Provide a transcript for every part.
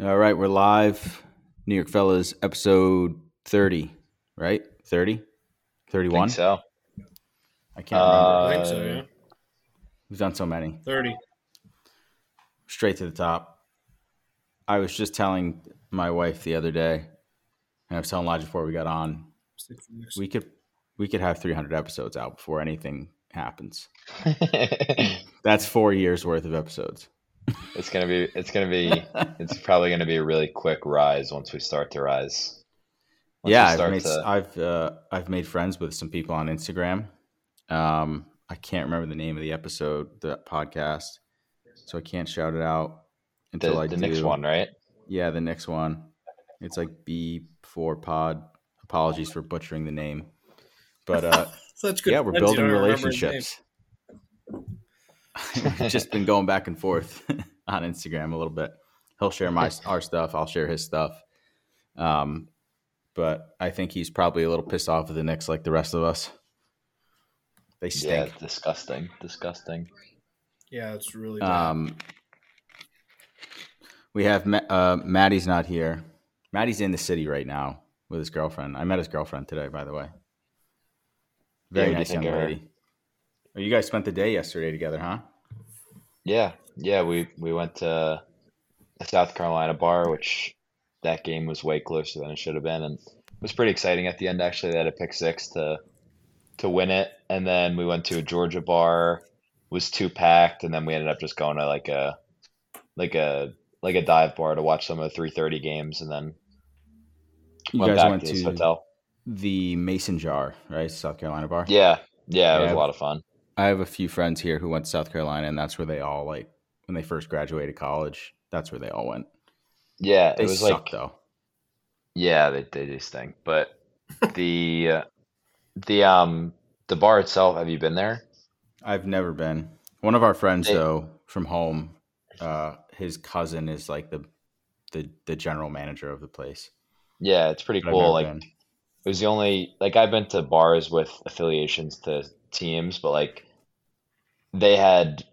All right, we're live. New York Fellas, episode 30, right? 30? 31? Think so. I can't Uh, remember. I think so, yeah. We've done so many. 30. Straight to the top. I was just telling my wife the other day, and I was telling Lodge before we got on, Six years. we could we could have 300 episodes out before anything happens. it's That's four years worth of episodes. gonna be. It's gonna be. It's probably gonna be a really quick rise once we start to rise. Once we yeah, I've start made to- I've uh, I've made friends with some people on Instagram. Um, I can't remember the name of the episode, the podcast, so I can't shout it out the, until I the do. next one, right? Yeah, the next one. It's like B four Pod. Apologies for butchering the name, but uh, Such yeah, we're friends, you building don't remember his relationships. We've just been going back and forth on Instagram a little bit. He'll share my our stuff. I'll share his stuff. Um, but I think he's probably a little pissed off at the Knicks, like the rest of us. They Yeah, stink. disgusting, disgusting. name. Yeah, it's really bad. Um, we have Ma- uh, Maddie's not here. Maddie's in the city right now with his girlfriend. I met his girlfriend today, by the way. what do Very you nice think young of her? lady. Oh, You guys spent the day yesterday together, huh? Yeah, yeah. We we went to a South Carolina bar, which that game was way closer than it should have been, and it was pretty exciting at the end. Actually, they had a pick six to to win it, and then we went to a Georgia bar, was too packed, and then we ended up just going to like a like a like a dive bar to watch some of the three thirty games, and then You went guys back went to this to hotel. the Mason Jar, right? South Carolina bar. Yeah, yeah, it was Yeah. a lot of fun. I have a few friends here who went to South Carolina, and that's where they all like when they first graduated college. That's where they all went. Yeah, They it was suck like though. Yeah, they they do stink. But the uh, the um the bar itself, have you been there? I've never been. One of our friends They- though from home, uh, his cousin is like the the the general manager of the place. Yeah, it's pretty But I've cool. never Like been. it was the only like I've been to bars with affiliations to teams, but like they had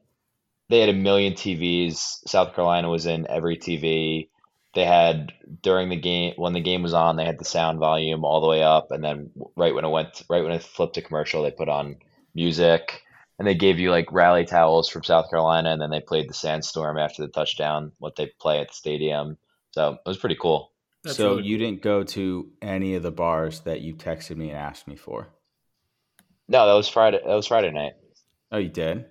they had a million TVs. South Carolina was in every TV. They had during the game when the game was on, they had the sound volume all the way up, and then right when it went right when it flipped to commercial, they put on music. And they gave you like rally towels from South Carolina, and then they played the sandstorm after the touchdown, what they play at the stadium. So it was pretty cool. That's so really you didn't go to any of the bars that you texted me and asked me for. No, that was Friday. That was Friday night. Oh, you did.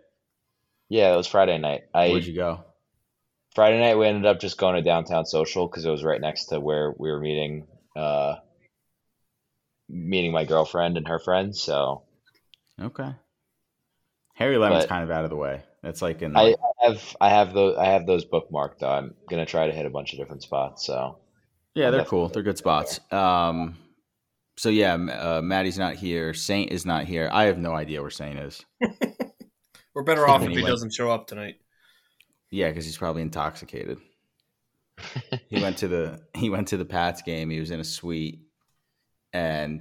Yeah, it was Friday night. I Where'd you go? Friday night we ended up just going to downtown social because it was right next to where we were meeting, uh, meeting my girlfriend and her friends. So Okay. Harry Lemon's But- kind of out of the way. That's like in I have I have those I have those bookmarked. Though. I'm gonna try to hit a bunch of different spots. So Yeah, they're Definitely. cool. They're good spots. Um, so yeah, M- uh, Maddie's not here. Saint is not here. I have no idea where Saint is. We're better off if he Anyway. doesn't show up tonight. Yeah, because he's probably intoxicated. he went to the he went to the Pats game. He was in a suite, and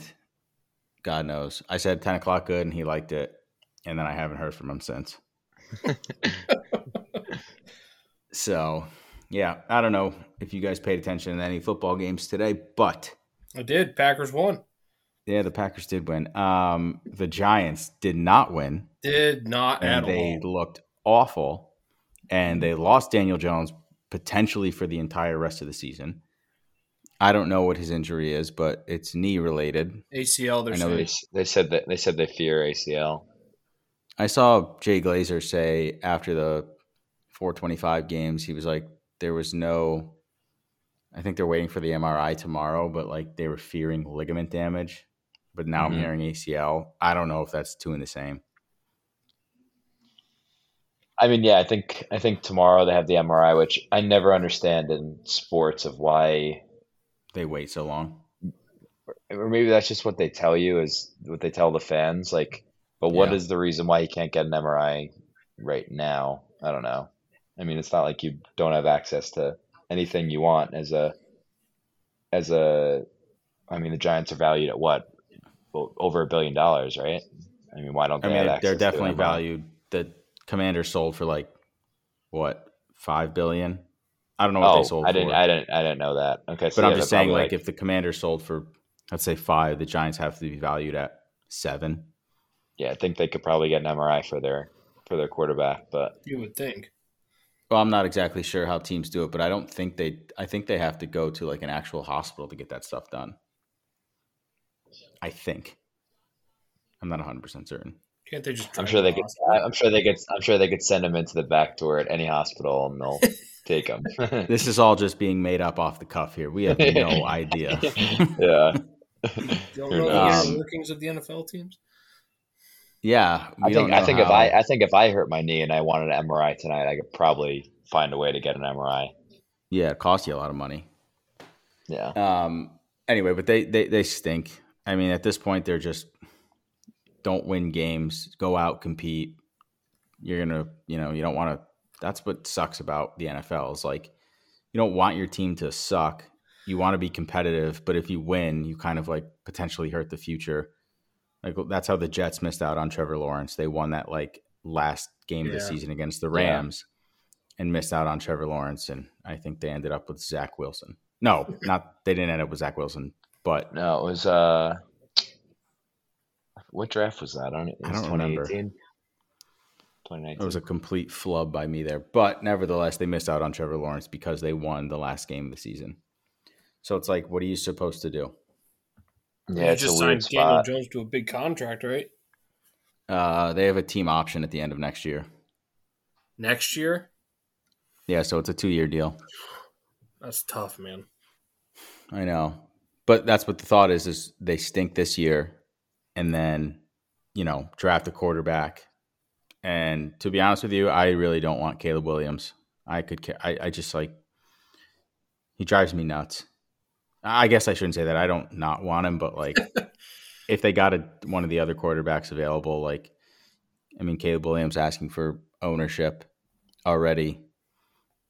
God knows. I said ten o'clock good, and he liked it, and then I haven't heard from him since. so, yeah, I don't know if you guys paid attention to any football games today, but. I did. Packers won. Yeah, the Packers did win. Um, the Giants did not win, Did not and at they all. looked awful. And they lost Daniel Jones potentially for the entire rest of the season. I don't know what his injury is, but it's knee related. ACL, they're I know saying. they, s- they said that they said they fear ACL. I saw Jay Glazer say after the 425 games, he was like, there was no, I think they're waiting for the MRI tomorrow, but like they were fearing ligament damage. But now Mm-hmm. Mhm. I'm hearing ACL. I don't know if that's two in the same. I mean, yeah, I think I think tomorrow they have the MRI, which I never understand in sports of why. They wait so long. or maybe that's just what they tell you is what they tell the fans like but what is Yeah. the reason why you can't get an mri right now i don't know i mean it's not like you don't have access to anything you want as a as a i mean the giants are valued at what O- over a billion dollars right i mean why don't I they mean, have they're, access to an definitely MRI? valued. The commander sold for like what five billion, I don't know what Oh, they sold. I didn't, for. I didn't, I didn't know that. Okay, so But I'm yeah, just they're saying, probably, like, if the commander sold for, let's say five, the Giants have to be valued at seven. yeah, I think they could probably get an MRI for their for their quarterback, but You would think. Well, I'm not exactly sure how teams do it, but I don't think they. I think they have to go to like an actual hospital to get that stuff done. I think. I'm not 100 percent certain. Can't they just? I'm drive sure they to could. Austin? I'm sure they could. I'm sure they could send him into the back door at any hospital, and they'll take him. This is all just being made up off the cuff here. We have no idea. yeah. Don't Who know the knows? inner workings of the NFL teams. yeah, we I don't think. I know think if how- I. I think if I hurt my knee and I wanted an MRI tonight, I could probably find a way to get an MRI. yeah, it costs you a lot of money. Yeah. Um. Anyway, but they they they stink. I mean, at this point, they're just don't win games. Go out, compete. You're gonna, you know, you don't want to. That's what sucks about the NFL is like you don't want your team to suck. You want to be competitive, but if you win, you kind of like potentially hurt the future. Like that's how the Jets missed out on Trevor Lawrence. They won that like last game of the Yeah. season against the Yeah. Rams and missed out on Trevor Lawrence. And I think they ended up with Zach Wilson. No, not they didn't end up with Zach Wilson, but No, it was. uh What draft was that? I don't. It I was don't remember. 2018? it 2019. was a complete flub by me there. But nevertheless, they missed out on Trevor Lawrence because they won the last game of the season. So it's like, what are you supposed to do? Yeah, you it's a just weird signed Daniel spot. Jones to a big contract, right? Uh, they have a team option at the end of next year. Next year. Yeah, so it's a two year deal. That's tough, man. I know. But that's what the thought is is they stink this year and then, you know, draft a quarterback. And to be honest with you, I really don't want Caleb Williams. I could ca- I, I just like he drives me nuts. I guess I shouldn't say that. I don't not want him, but like if they got a, one of the other quarterbacks available, like I mean Caleb Williams asking for ownership already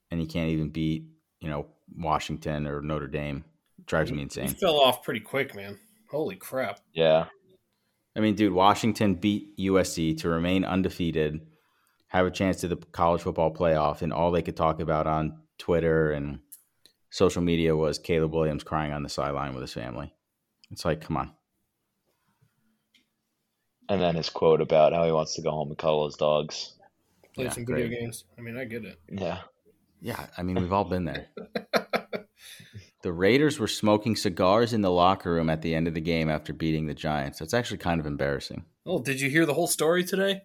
and you can't even beat, you know, Washington or Notre Dame. Drives me He insane. fell off pretty quick, man. Holy crap! Yeah. I mean, dude, Washington beat USC to remain undefeated, have a chance to the college football playoff, and all they could talk about on Twitter and social media was Caleb Williams crying on the sideline with his family. It's like, come on. And then his quote about how he wants to go home and cuddle his dogs. Play Yeah, some video great. games. I mean, I get it. Yeah. Yeah, I mean, we've all been there. the Raiders were smoking cigars in the locker room at the end of the game after beating the Giants. That's actually kind of embarrassing. Oh, did you hear the whole story today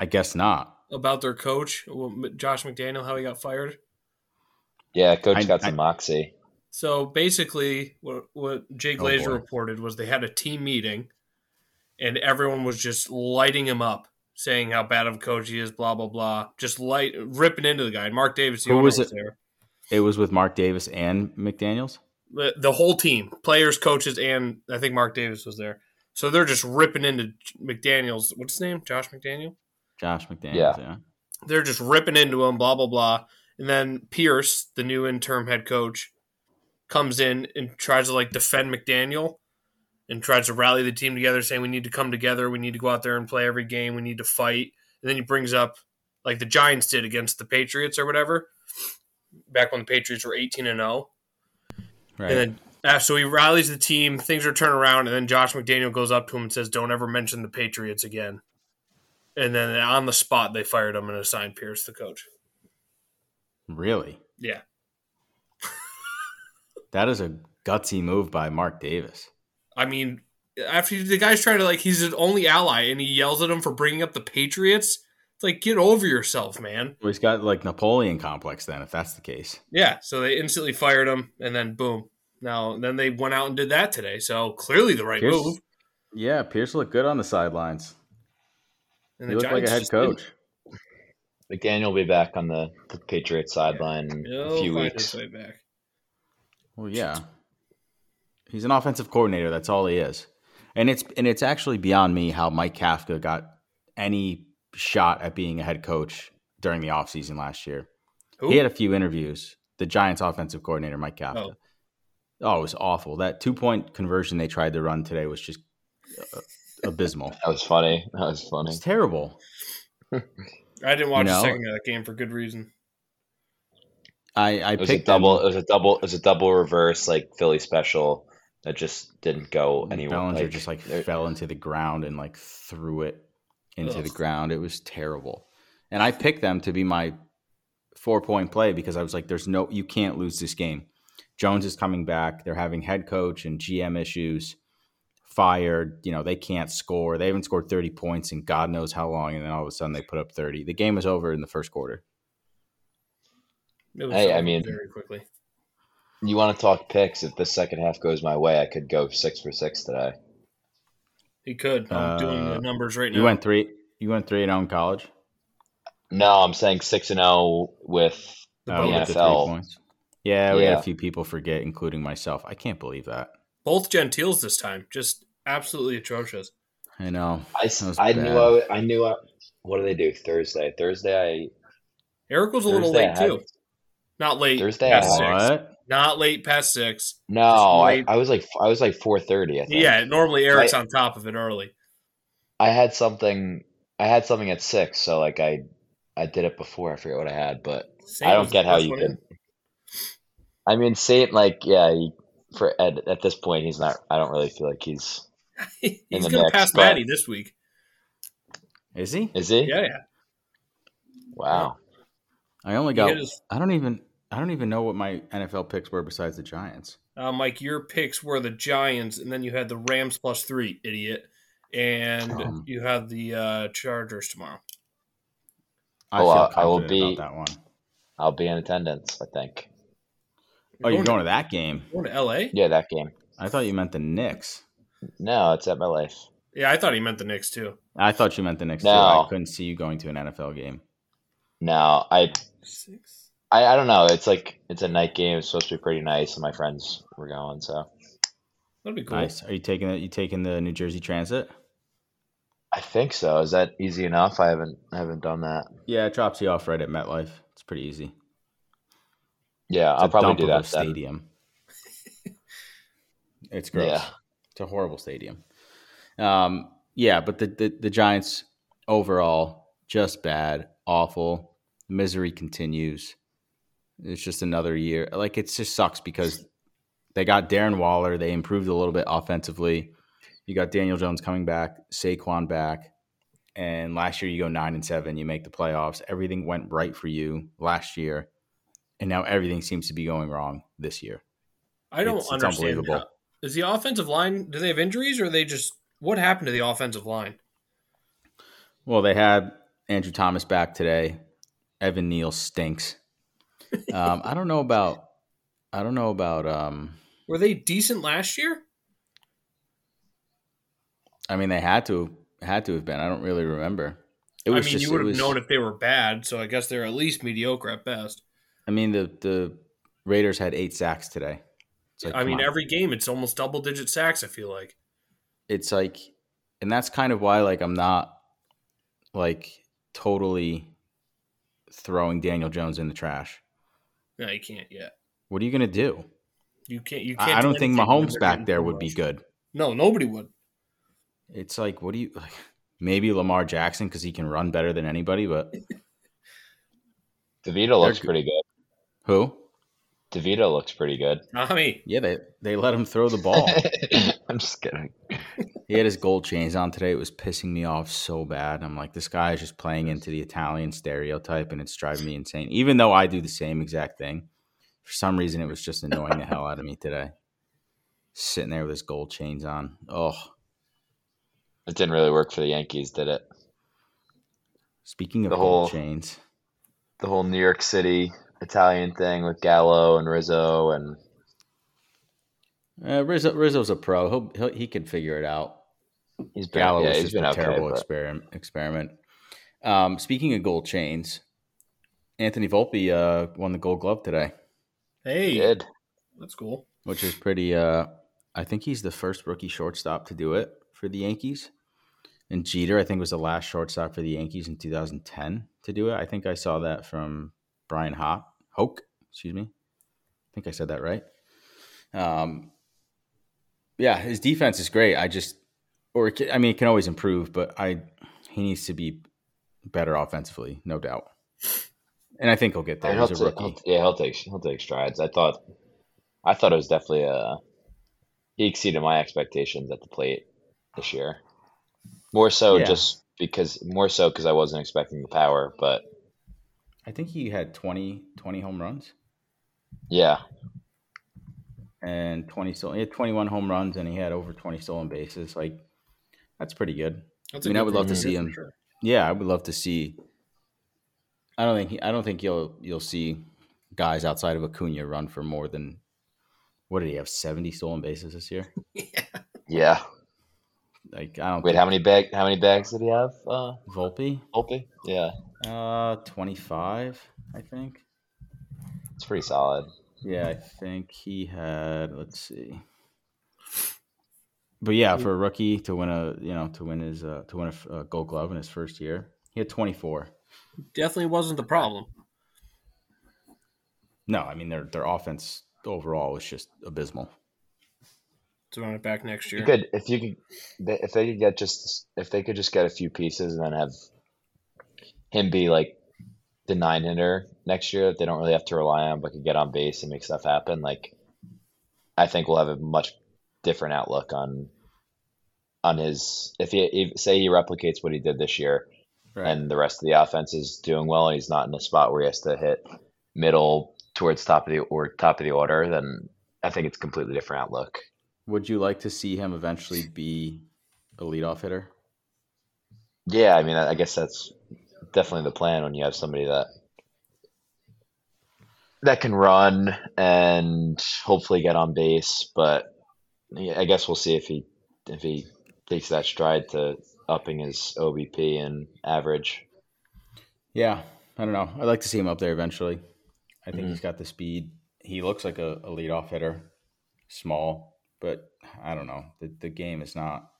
I guess not. about their coach, well, M- Josh McDaniel, how he got fired? Yeah, coach I- got I- some moxie. So basically, what what Jay Oh, Glazer boy. reported was they had a team meeting, and everyone was just lighting him up, saying how bad of a coach he is, blah blah blah, just light ripping into the guy. And Mark Davis, the Who owner, was was, it? there. It was with Mark Davis and McDaniels. The, the whole team, players, coaches, and I think Mark Davis was there. So they're just ripping into McDaniel's. What's his name? Josh McDaniel. Josh McDaniels. Yeah. yeah. they're just ripping into him, blah blah blah. And then Pierce, the new interim head coach, comes in and tries to like defend McDaniel and tries to rally the team together, saying we need to come together, we need to go out there and play every game, we need to fight. And then he brings up like the Giants did against the Patriots or whatever, back when the Patriots were eighteen and zero. Right. And then uh, so he rallies the team, things are turned around, and then Josh McDaniel goes up to him and says, "Don't ever mention the Patriots again." And then on the spot, they fired him and assigned Pierce the coach. Really? Yeah. That is a gutsy move by Mark Davis. I mean, after the guy's trying to like, he's his only ally, and he yells at him for bringing up the Patriots. It's like, get over yourself, man. Well, he's got like Napoleon complex then, if that's the case. Yeah. So they instantly fired him, and then boom. Now, then they went out and did that today. So clearly the right Pierce- move. Yeah, Pierce looked good on the sidelines. And He the looked like a Giants head just didn't. coach. McDaniel will be back on the, the Patriots sideline in He'll a few find weeks. his way back. Well, yeah. He's an offensive coordinator. That's all he is. And it's and it's actually beyond me how Mike Kafka got any shot at being a head coach during the offseason last year. Who? He had a few interviews. The Giants offensive coordinator, Mike Kafka. Oh. Oh, it was awful. That two point conversion they tried to run today was just uh, abysmal. That was funny. That was funny. It's terrible. I didn't watch No. a second of that game for good reason. I I It was a picked double. them. It was a double. It was a double reverse like Philly special that just didn't go anywhere. Bellinger just like there- fell into the ground and like threw it into the Ugh. ground. It was terrible. And I picked them to be my four point play because I was like, there's no, you can't lose this game. Jones is coming back. They're having head coach and GM issues, fired. You know, they can't score. They haven't scored 30 points in God knows how long. And then all of a sudden they put up 30. The game was over in the first quarter. It was Hey, I over mean- very quickly. You want to talk picks? If the second half goes my way, I could go six for six today. He could. I'm doing Uh, the numbers right now. You went three, you went three and own college. No, I'm saying six and zero with The Oh, with bonus. the three NFL. points. Yeah, we had Yeah. a few people forget, including myself. I can't believe that. Both Gentiles this time, just absolutely atrocious. I know. I, s- That was I bad. knew I, w- I knew I, what do they do Thursday? Thursday Eric was a I little Thursday I late had- too. Not late. Thursday I Past had- six. What? Not late past six. No, Just I, late. I was like I was like four thirty. I think. Yeah, normally Eric's I- on top of it early. I had something. I had something at six, so like I I did it before. I forget what I had, but Sam I don't was the get how first you one can. in. I mean, Saint like yeah, he, for at at this point he's not. I don't really feel like he's in He's the gonna mix, pass but- Maddie this week. Is he? is he? Yeah, yeah. Wow. I only He got. hit his- I don't even. I don't even know what my NFL picks were besides the Giants. uh, Mike, your picks were the Giants, and then you had the Rams plus three, idiot, and Um. you have the uh, Chargers tomorrow. I Oh, feel uh, I will confident be- about that one. I'll be in attendance. I think. Oh, you're going to that game? Going to L.A. Yeah, that game. I thought you meant the Knicks. No, it's at my life. Yeah, I thought he meant the Knicks too. I thought you meant the Knicks. No. too. I couldn't see you going to an NFL game. No, I Six. I, I don't know. It's like it's a night game. It's supposed to be pretty nice, and my friends were going. So That'd be cool. Nice. Are you taking it? You taking the New Jersey Transit? I think so. Is that easy enough? I haven't I haven't done that. Yeah, it drops you off right at MetLife. It's pretty easy. It's Yeah, I'll a probably dump of do a that. Then. Stadium. it's gross. Yeah. It's a horrible stadium. Um, yeah, but the, the the Giants overall just bad, awful. Misery continues. It's just another year. Like it just sucks because they got Darren Waller. They improved a little bit offensively. You got Daniel Jones coming back, Saquon back, and last year you go nine and seven. You make the playoffs. Everything went right for you last year, and now everything seems to be going wrong this year. I don't It's- it's understand. unbelievable. that. Is the offensive line? Do they have injuries, or are they just what happened to the offensive line? Well, they had Andrew Thomas back today. Evan Neal stinks. Um, I don't know about. I don't know about. Um, Were they decent last year? I mean, they had to had to have been. I don't really remember. It I was mean, just. you it would have was- known if they were bad, so I guess they're at least mediocre at best. I mean, the the Raiders had eight sacks today. It's like, I come mean, on. every game it's almost double digit sacks. I feel like it's like, and that's kind of why like I'm not like totally throwing Daniel Jones in the trash. no, you can't yet. What are you gonna do? You can't. You can't. I, I do don't think anything when Mahomes they're back getting there too would be much. good. No, nobody would. It's like, what do you like? Maybe Lamar Jackson because he can run better than anybody, but Devito looks good. pretty good. who? Devito looks pretty good. Tommy, Yeah, they they let him throw the ball. I'm just kidding. he had his gold chains on today. It was pissing me off so bad. I'm like, this guy is just playing into the Italian stereotype, and it's driving me insane. Even though I do the same exact thing, for some reason, it was just annoying the hell out of me today. Sitting there with his gold chains on. Oh, It didn't really work for the Yankees, did it? speaking of The whole- gold chains, The whole New York City Italian thing with Gallo and Rizzo and uh, Rizzo, Rizzo's a pro. He'll, he'll he can figure it out. he's been Gallo yeah, was he's just been a okay, terrible but experiment. Experiment. Um, speaking of gold chains, Anthony Volpe uh, won the Gold Glove today, hey, he did. that's cool. which is pretty. Uh, I think he's the first rookie shortstop to do it for the Yankees. And Jeter, I think, was the last shortstop for the Yankees in 2010 to do it. I think I saw that from Brian Hock. Hoke, excuse me. I think I said that right. Um, yeah, his defense is great. I just, or it ca- I mean, it can always improve, but I he needs to be better offensively, no doubt. and I think he'll get there. he'll He's a ta- rookie. he'll- yeah, he'll take he'll take strides. I thought, I thought it was definitely a he exceeded my expectations at the plate this year. More so, Yeah. just because more so because I wasn't expecting the power, but I think he had 20, 20 home runs yeah, and twenty stolen. He had twenty one home runs and he had over twenty stolen bases. Like that's pretty good. That's I mean, good I would love to program see for him. sure. Yeah, I would love to see. I don't think he, I don't think you'll you'll see guys outside of Acuna run for more than what did he have seventy stolen bases this year? Yeah. yeah. Like I don't Wait, think how many bag how many bags did he have? Uh, Volpe, Volpe? Yeah, uh, twenty five, I think. it's pretty solid. Yeah, I think he had. Let's see. But yeah, for a rookie to win a you know to win his uh, to win a f- a Gold Glove in his first year, he had 24. Definitely wasn't the problem. No, I mean their their offense overall was just abysmal. To run it back next year. You could if you could they- if they could get just if they could just get a few pieces and then have him be like the nine hitter next year that they don't really have to rely on but can get on base and make stuff happen. Like I think we'll have a much different outlook on on his if he if, say he replicates what he did this year and the rest of the offense is doing well and he's not in a spot where he has to hit middle towards top of the or top of the order, then I think it's a completely different outlook. Would you like to see him eventually be a leadoff hitter? Yeah, I mean, I I guess that's definitely the plan when you have somebody that that can run and hopefully get on base. But yeah, I guess we'll see if he if he takes that stride to upping his OBP and average. Yeah, I don't know. I'd like to see him up there eventually. I think Mhm. he's got the speed. He looks like a, a leadoff hitter, small, but I don't know. The, the game is not,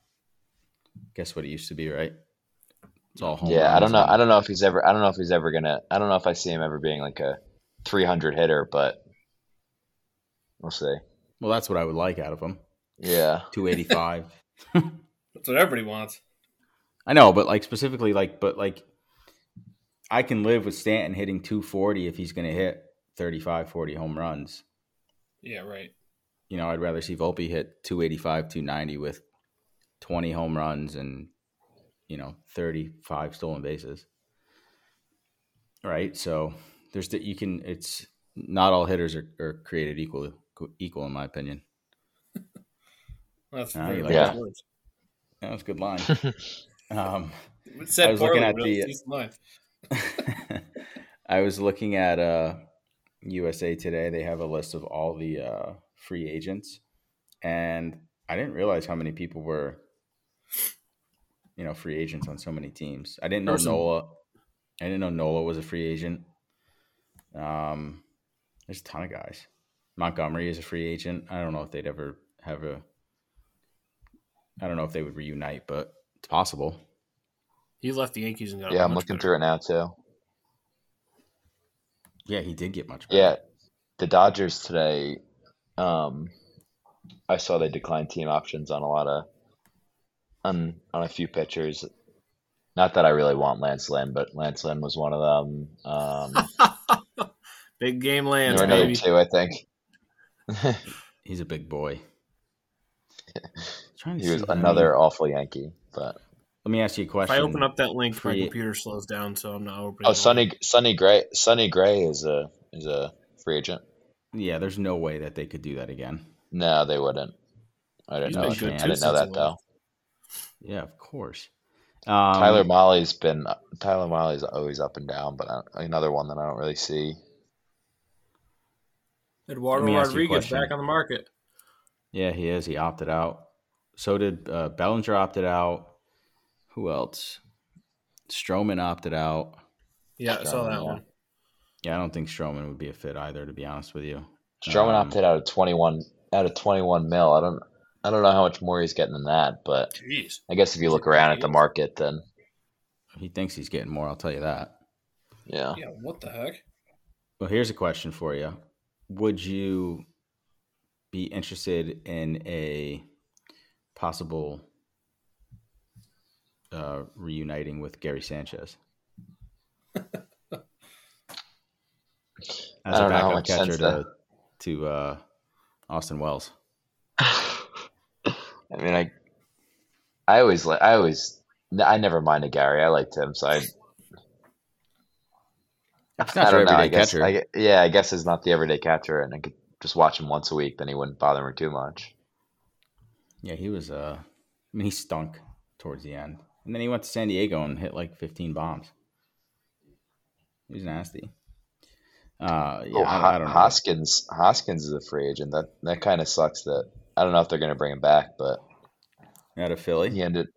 guess what it used to be, right? It's all home. Yeah, I runs don't know. and- I don't know if he's ever. I don't know if he's ever gonna. I don't know if I see him ever being like a 300 hitter, but we'll see. Well, that's what I would like out of him. Yeah, 285. That's what everybody wants. I know, but like specifically, like, but like, I can live with Stanton hitting 240 if he's going to hit 35, 40 home runs. Yeah, right. you know, I'd rather see Volpe hit 285, 290 with 20 home runs and, you know, 35 stolen bases. Right. So there's that you can, it's not all hitters are, are created equal, equal in my opinion. That's Ah, very you like nice that. words. That was a good line. um, It's I Said was poorly, looking at but it's the- decent line. I was looking at uh, USA Today. They have a list of all the uh, free agents, and I didn't realize how many people were, you know, free agents on so many teams. I didn't know There's some- Nola. I didn't know Nola was a free agent. Um, there's a ton of guys. Montgomery is a free agent. I don't know if they'd ever have a. I don't know if they would reunite, but it's possible. He left the Yankees and got yeah. I'm much looking better. through it now too. Yeah, he did get much better. Yeah, the Dodgers today. Um, I saw they declined team options on a lot of on on a few pitchers. Not that I really want Lance Lynn, but Lance Lynn was one of them. Um, there Big game were lands, another baby. two, I think. He's a big boy. Trying to He was see if I- another awful Yankee, but Let me ask you a If question. I open up that link, Free- my computer slows down, so I'm not opening. oh, it. Sonny Sonny Gray Sonny Gray is a is a free agent. Yeah, there's no way that they could do that again. No, they wouldn't. I don't He's know. been I good didn't- I too didn't know since that he though. left. Yeah, of course. Um, Tyler Molly's been Tyler Molly's always up and down, but I, another one that I don't really see. Eduardo Let me ask you a Rodriguez question. back on the market. Yeah, he is. He opted out. So did uh, Bellinger opted out. Who else? Stroman opted out. Yeah, I Stroman, saw that yeah. one. Yeah, I don't think Stroman would be a fit either, to be honest with you. Stroman Um, opted out of twenty one out of twenty one mil. I don't I don't know how much more he's getting than that, but Jeez, I guess if you look around at the market, then He thinks he's getting more. I'll tell you that. yeah, yeah, what the heck? Well, here's a question for you. Would you be interested in a possible uh, reuniting with Gary Sanchez? as I a don't know how backup much catcher sense to, to uh, Austin Wells. I mean, I, I always like, I always, I never minded Gary. I liked him, so I. It's not I your don't know. everyday I guess, catcher. I gue- yeah, I guess he's not the everyday catcher, and I could just watch him once a week. Then he wouldn't bother me too much. Yeah, he was. Uh, I mean, he stunk towards the end, and then he went to San Diego and hit like 15 bombs. He was nasty. Uh, yeah, oh, I, Ho- I don't know. Hoskins, Hoskins is a free agent. That that kind of sucks. That I don't know if they're going to bring him back, but Out of Philly, he ended.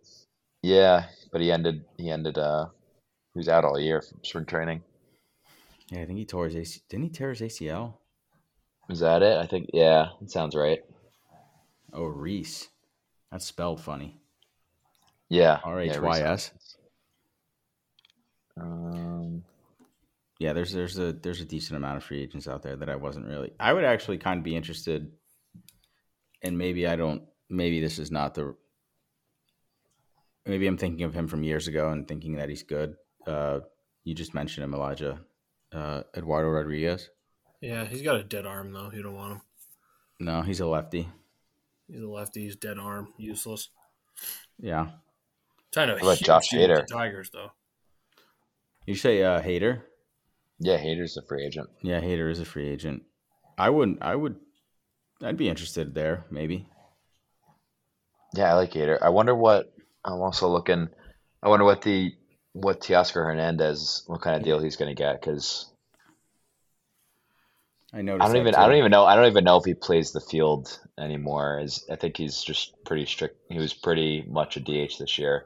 Yeah, but he ended. He ended. Uh, he was out all year from spring training. yeah, I think he tore his AC. Didn't he tear his ACL? Is that it? I think. Yeah, that sounds right. Oh, Reese. That's spelled funny. Yeah. yeah, R H Y S. Um, Yeah, there's there's a there's a decent amount of free agents out there that I wasn't really. I would actually kind of be interested, and maybe I don't. Maybe this is not the. Maybe I'm thinking of him from years ago and thinking that he's good. Uh, you just mentioned him, Elijah, uh, Eduardo Rodriguez. Yeah, he's got a dead arm though. You don't want him. No, he's a lefty. He's a lefty. He's dead arm, useless. Yeah, Kind of What about Josh Hader? Tigers though. you say uh, Hater. yeah, Hader's a free agent. Yeah, Hater is a free agent. I wouldn't. I would. I'd be interested there. Maybe. Yeah, I like Hader. I wonder what I'm also looking. I wonder what the what Teoscar Hernandez, what kind of deal he's going to get because I noticed. I don't that even too. I don't even know I don't even know if he plays the field anymore. Is I think he's just pretty strict. He was pretty much a DH this year.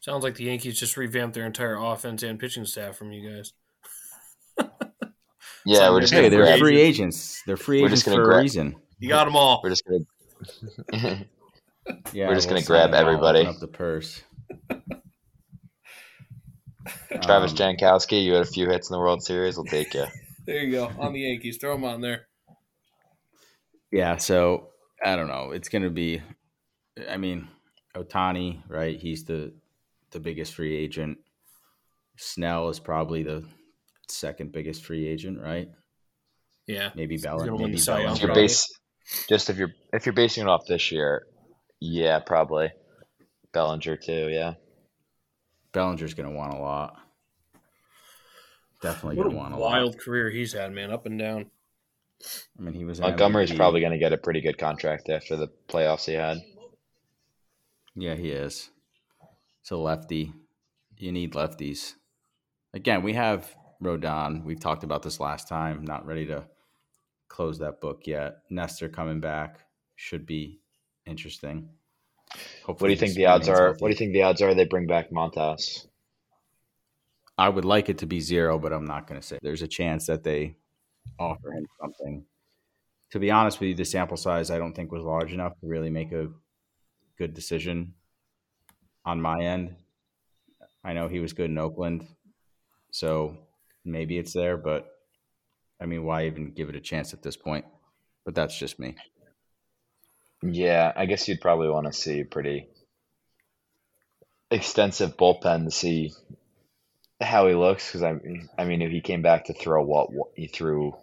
Sounds like the Yankees just revamped their entire offense and pitching staff from you guys. Yeah, we're just Hey, gonna they're grab, free agents. They're free We're agents just for gonna a grab- reason. You got them all. we're just gonna Yeah, We're just we'll gonna sign grab them all, everybody. open Up the purse. Travis Um, Jankowski. You had a few hits in the World Series. We'll take you. There you go. On the Yankees, throw them on there. Yeah, so I don't know. It's gonna be. I mean, Otani, right? He's the the biggest free agent. Snell is probably the second biggest free agent, right? Yeah. Maybe gonna Bellinger. win Maybe the Cy Young. If you're Bellinger. Probably. base, just if you're if you're basing it off this year, yeah, probably Bellinger too. Yeah, Bellinger's gonna want a lot. Definitely What a gonna want a lot. wild career he's had, man. Up and down. I mean, he was an Montgomery's MVP. probably going to get a pretty good contract after the playoffs he had. Yeah, he is. So lefty, you need lefties. Again, we have Rodon. We've talked about this last time. Not ready to close that book yet. Nestor coming back should be interesting. What do Hopefully you think he the odds remains are? healthy. What do you think the odds are they bring back Montas? I would like it to be zero, but I'm not going to say. There's a chance that they offer him something. To be honest with you, the sample size I don't think was large enough to really make a good decision on my end. I know he was good in Oakland, so maybe it's there, but I mean, why even give it a chance at this point? But that's just me. Yeah, I guess you'd probably want to see a pretty extensive bullpen to see how he looks. Because I, mean- I mean, if he came back to throw what, what he threw,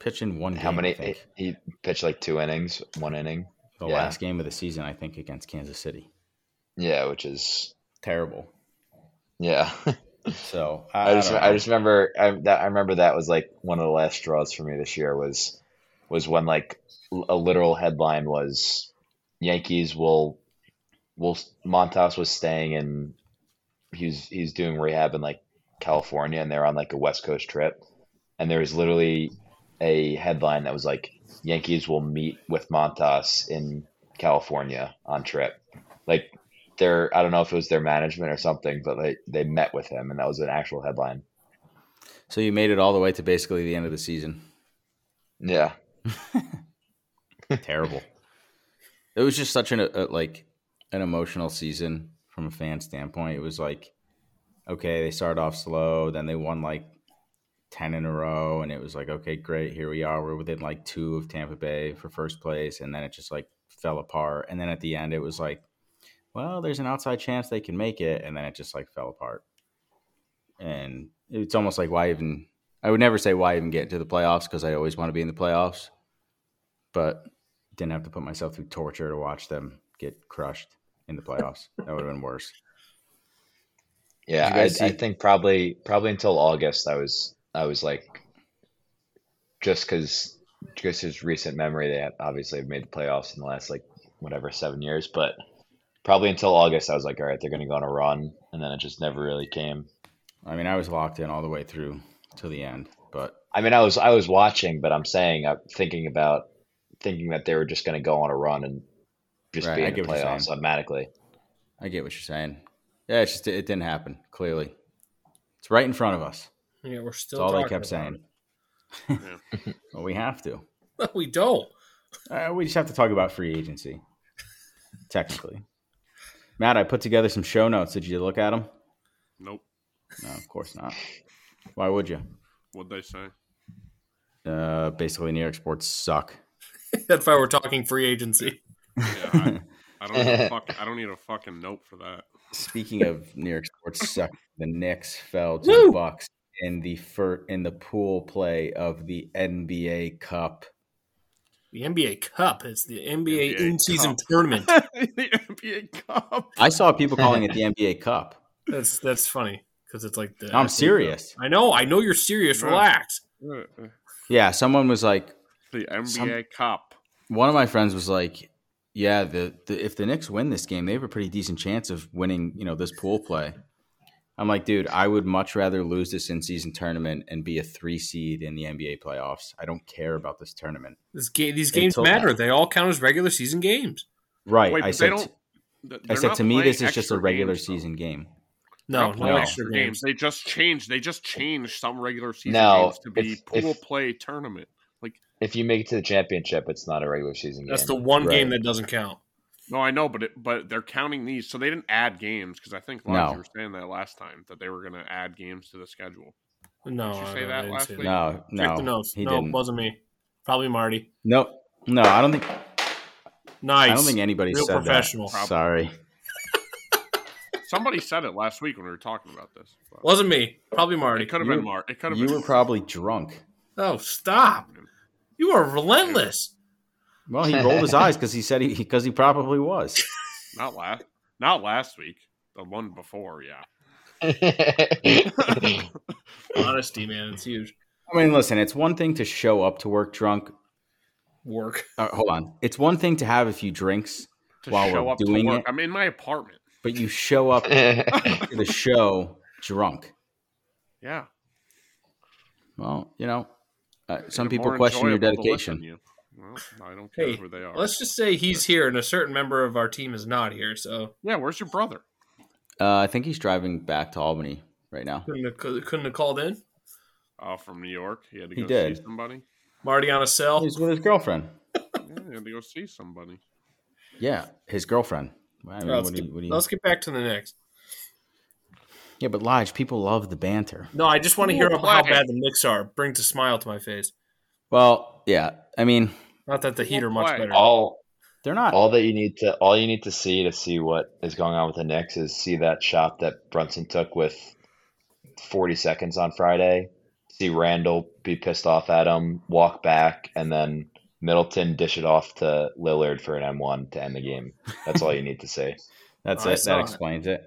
Pitching one game, how I many? He, think, he pitched like two innings, one inning. the yeah. last game of the season, I think, against Kansas City. Yeah, which is Terrible. yeah. So I just don't I know. just remember I that I remember that was like one of the last straws for me this year was was when like l- a literal headline was Yankees will will Montas was staying and he's he's doing rehab in like California and they're on like a West Coast trip and there was literally a headline that was like Yankees will meet with Montas in California on trip like their I don't know if it was their management or something, but they they met with him, and that was an actual headline. So you made it all the way to basically the end of the season. Yeah, Terrible. It was just such an a, like an emotional season from a fan standpoint. It was like, okay, they started off slow, then they won like ten in a row, and it was like, okay, great, here we are. We're within like two of Tampa Bay for first place, and then it just like fell apart. And then at the end, it was like, well, there's an outside chance they can make it, and then it just like fell apart. and it's almost like why even I would never say why even get into the playoffs because I always want to be in the playoffs, but didn't have to put myself through torture to watch them get crushed in the playoffs. that would have been worse. Yeah, Did you I, guys I see- think probably probably until August, I was I was like, just because just his recent memory, they have, obviously have made the playoffs in the last like whatever seven years, but probably until August, I was like, all right, they're gonna go on a run, and then it just never really came. I mean, I was locked in all the way through till the end, but I mean, I was I was watching, but I'm saying I'm thinking about thinking that they were just gonna go on a run and just Right, be I in the get what you're playoffs saying. automatically. I get what you're saying. Yeah, it's just it didn't happen. Clearly, it's right in front of us. Yeah, we're still. That's all they talking kept about saying. well, we have to. it. we don't. Uh, we just have to talk about free agency, technically. Matt, I put together some show notes. Did you look at them? Nope. No, of course not. Why would you? What'd they say? Uh, basically, New York sports suck. That's why we're talking free agency. Yeah, I, I don't. Need a fuck, I don't need a fucking note for that. Speaking of New York sports suck, the Knicks fell to Woo! the Bucks in the fir- in the pool play of the NBA Cup. The NBA Cup is the NBA, NBA in-season Cup. tournament. the NBA Cup. I saw people calling it the NBA Cup. That's that's funny because it's like the. I'm serious. I know. I know you're serious. Yeah. Relax. Uh, Yeah, someone was like, The NBA Some- Cup. one of my friends was like, "Yeah, the, the if the Knicks win this game, they have a pretty decent chance of winning, you know, this pool play." I'm like, dude, I would much rather lose this in-season tournament and be a three seed in the NBA playoffs. I don't care about this tournament. This game, these They games told matter. that. They all count as regular season games. Right? Wait, I but they said. don't. I said to me, this is just a regular season game. No, no, no. extra games. They just changed. They just changed some regular season No, games to be if- pool if- play tournament. If you make it to the championship, it's not a regular season That's game. the one Right. game that doesn't count. No, I know, but it, but they're counting these, so they didn't add games because I think Lodge, No. you were saying that last time that they were going to add games to the schedule. No, Did you I say don't- I that didn't last say week? No, Check the no, notes. he no, it didn't. wasn't me. Probably Marty. No, no, I don't think. Nice. I don't think anybody Real said professional. that. Sorry. Somebody said it last week when we were talking about this. but Wasn't me. Probably it Marty. could have You- been Mark. It could have You been. were probably drunk. Oh, stop! You are relentless. Well, he rolled his eyes because he said he because he probably was. not last. Not last week. The one before. Yeah. Honesty, man, it's huge. I mean, listen, it's one thing to show up to work drunk. Work. Uh, hold on, it's one thing to have a few drinks, To While show we're up doing to work. it- I'm in my apartment. but you show up to the show drunk. Yeah. Well, you know, uh, some They're people more question your enjoyable to listen dedication. to you. Well, I don't care Hey, where they are. Let's just say he's here, and a certain member of our team is not here. So Yeah, where's your brother? Uh, I think he's driving back to Albany right now. couldn't have, couldn't have called in. Oh, from New York. He had to He go did. see somebody. Marty on a cell. He's with his girlfriend. Yeah, he had to go see somebody. Yeah, his girlfriend. I mean, let's, what do get, you- what do you- let's get back to the next. yeah, but Lige, people love the banter. No, I just want to hear Cool about how play. bad the Knicks are. Brings a smile to my face. Well, yeah, I mean, Not that the Heat are much play. better. all they're not. all that you need to all you need to see to see what is going on with the Knicks is see that shot that Brunson took with 40 seconds on Friday. See Randall be pissed off at him, walk back, and then Middleton dish it off to Lillard for an M1 to end the game. That's all you need to see. That's I it. saw That it. explains it.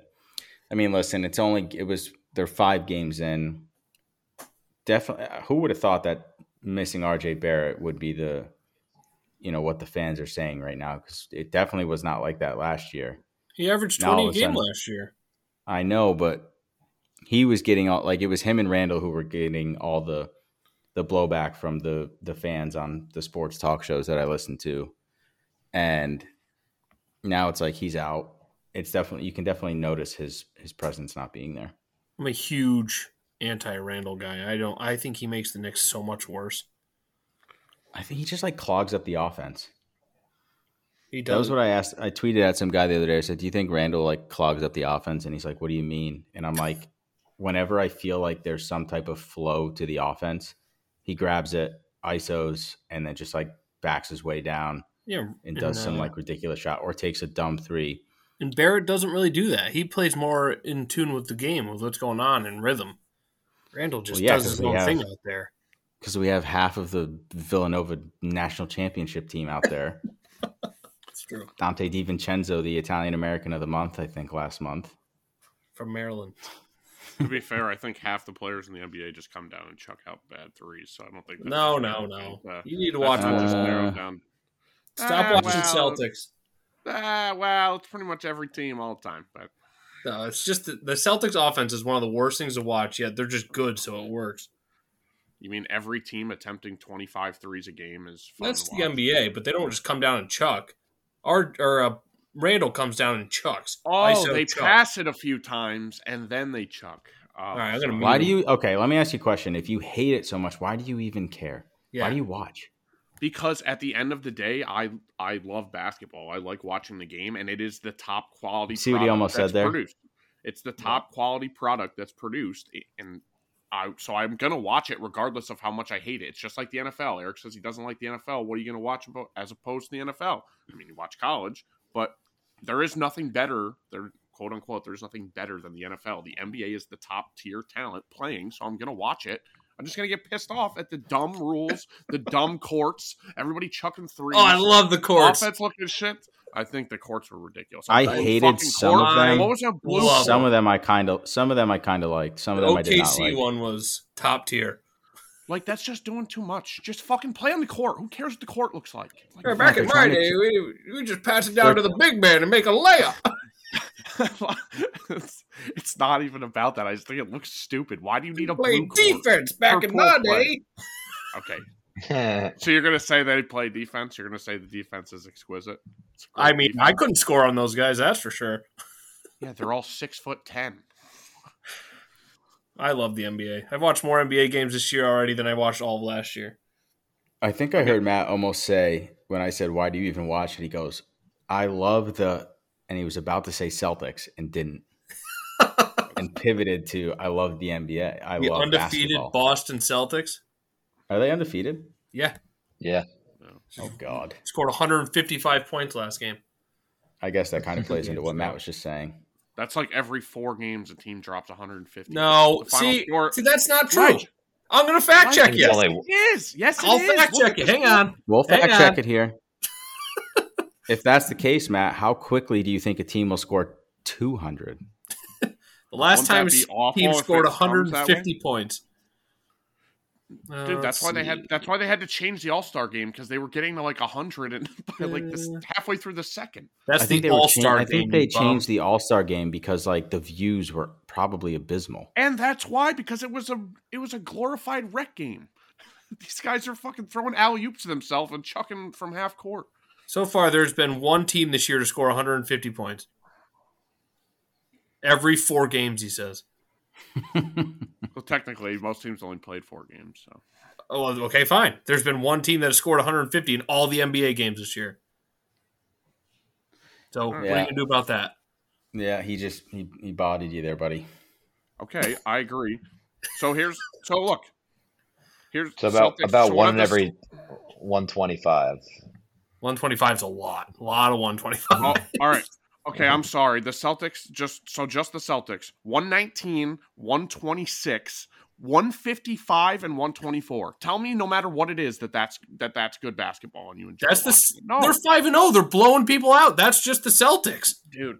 I mean, listen, it's only it was they're five games in. Definitely, who would have thought that missing RJ Barrett would be the, you know, what the fans are saying right now? Because it definitely was not like that last year. He averaged Now all 20 a of a game sudden- last year. I know, but he was getting all like it was him and Randall who were getting all the the blowback from the the fans on the sports talk shows that I listen to. And now it's like he's out. It's definitely you can definitely notice his his presence not being there. I'm a huge anti-Randall guy. I don't. I think he makes the Knicks so much worse. I think he just like clogs up the offense. He That was does. what I asked. I tweeted at some guy the other day. I said, "Do you think Randall like clogs up the offense?" And he's like, "What do you mean?" And I'm like, "Whenever I feel like there's some type of flow to the offense, he grabs it, isos, and then just like backs his way down yeah, and does some uh, like ridiculous shot or takes a dumb three And Barrett doesn't really do that. He plays more in tune with the game, with what's going on and rhythm. Randall just Well, yeah, does 'cause his we own have- thing out there. because we have half of the Villanova national championship team out there. It's true. Dante DiVincenzo, the Italian American of the month, I think last month. From Maryland. To be fair, I think half the players in the NBA just come down and chuck out bad threes. So I don't think. that's No, a no, good no. thing. Uh, You need to that's watch. Uh, what more. just narrowed down. Stop Ah, watching well, Celtics. Ah, well, it's pretty much every team all the time. But No, it's just the, the Celtics offense is one of the worst things to watch. Yet they're just good, so it works. you mean every team attempting 25 threes a game is fun That's to the watch. NBA, but they don't just come down and chuck. Our or uh, Randall comes down and chucks. Oh, ISO they chuck. pass it a few times and then they chuck. Oh, All right, I'm gonna Why Mm. do you? Okay, let me ask you a question. If you hate it so much, why do you even care? Yeah, Why do you watch? because at the end of the day, I I love basketball. I like watching the game, and it is the top quality. See what he product almost said that's there? Produced. It's the top quality product that's produced, and I so I'm gonna watch it regardless of how much I hate it. It's just like the NFL. Eric says he doesn't like the NFL. What are you gonna watch about as opposed to the NFL? I mean, you watch college, but there is nothing better. There, quote unquote, there's nothing better than the NFL. The NBA is the top tier talent playing, so I'm gonna watch it. I'm just gonna get pissed off at the dumb rules, the dumb courts, everybody chucking threes. Oh, I love the courts. offense looking at shit. I think the courts were ridiculous. I thought the hated fucking some court- of them. What was that blue? Love some it. of them I kind of, some of them I kind of liked. Some The of them I did not OKC like. one was top tier. Like that's just doing too much. Just fucking play on the court. Who cares what the court looks like? Like, back in my day, we, we just pass it down to the big man and make a layup. it's, it's not even about that. I just think it looks stupid. Why do you need a blue Play court? defense back in Purple my play. day. Okay, yeah, so you're gonna say they play defense? You're gonna say the defense is exquisite? It's great I mean, defense. I couldn't score on those guys. That's for sure. yeah, they're all six foot ten. I love the NBA. I've watched more NBA games this year already than I watched all of last year. I think I heard Matt almost say when I said, "Why do you even watch it?" He goes, "I love the," and he was about to say Celtics and didn't, and pivoted to, "I love the NBA. I the love undefeated basketball." Boston Celtics. Are they undefeated? Yeah, Oh God, scored 155 points last game. I guess that kind of plays into what Matt was just saying. That's like every four games a team drops 150. No, The final see, score- see, that's not true. Right. I'm gonna fact Right. check you. Only, It is. Yes, it I'll is. fact Look check at you. the Hang score. on. We'll Hang fact check on. it here. if that's the case, Matt, how quickly do you think a team will score 200? The last Wouldn't time that be s- awful team if it scored comes that way? 150 points. Uh, Dude, that's let's why they see. had. That's why they had to change the All Star game because they were getting to like hundred and by like this Uh. halfway through the second. That's I think the they were All chan- Star I game. think they you bum. changed the All Star game because like the views were probably abysmal. And that's why because it was a it was a glorified rec game. These guys are fucking throwing alley oops to themselves and chucking from half court. So far, there's been one team this year to score 150 points. Every four games, he says. Well, technically, most teams only played four games. So Oh, well, okay, fine. There's been one team that has scored 150 in all the NBA games this year. So what are you Yeah. gonna do about that? Yeah, he just he, he bodied you there, buddy. okay, I agree. So here's so look. Here's so about Celtics- about so what one in if this- every one twenty five. 125 is a lot. A lot of 125. Oh, all right. Okay, I'm sorry. The Celtics just so just the Celtics. 119, 126, 155 and 124. Tell me no matter what it is that that's that that's good basketball and you enjoy. That's the s- watching it. No, They're five and zero. They're blowing people out. That's just the Celtics. dude.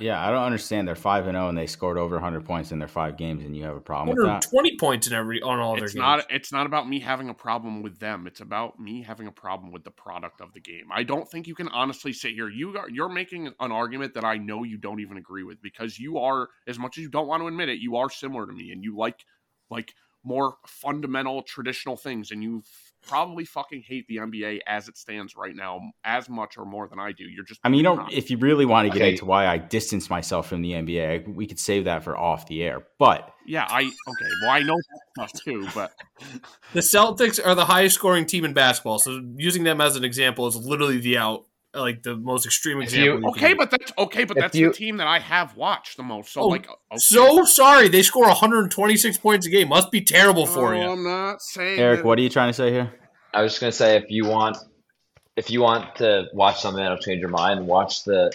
Yeah, I don't understand. They're five and zero, and they scored over 100 points in their five games, and you have a problem with that. 120 points in every on all their It's games. not it's not about me having a problem with them. It's about me having a problem with the product of the game. I don't think you can honestly sit here. You are you're making an argument that I know you don't even agree with because you are as much as you don't want to admit it, you are similar to me and you like like more fundamental traditional things and you f- probably fucking hate the NBA as it stands right now as much or more than I do. You're just I mean, you don't. If you really want to get Okay. into why I distance myself from the NBA, I- we could save that for off the air. But Yeah, I okay. Well, I know that stuff too, but The Celtics are the highest scoring team in basketball. So using them as an example is literally the out like the most extreme If example. you- can okay, use. but that's okay, but If that's you- the team that I have watched the most. So Oh, like okay. so sorry they score 126 points a game. Must be terrible for No, you. I'm not saying Eric, that- what are you trying to say here? I was just gonna say if you want if you want to watch something that'll change your mind, watch the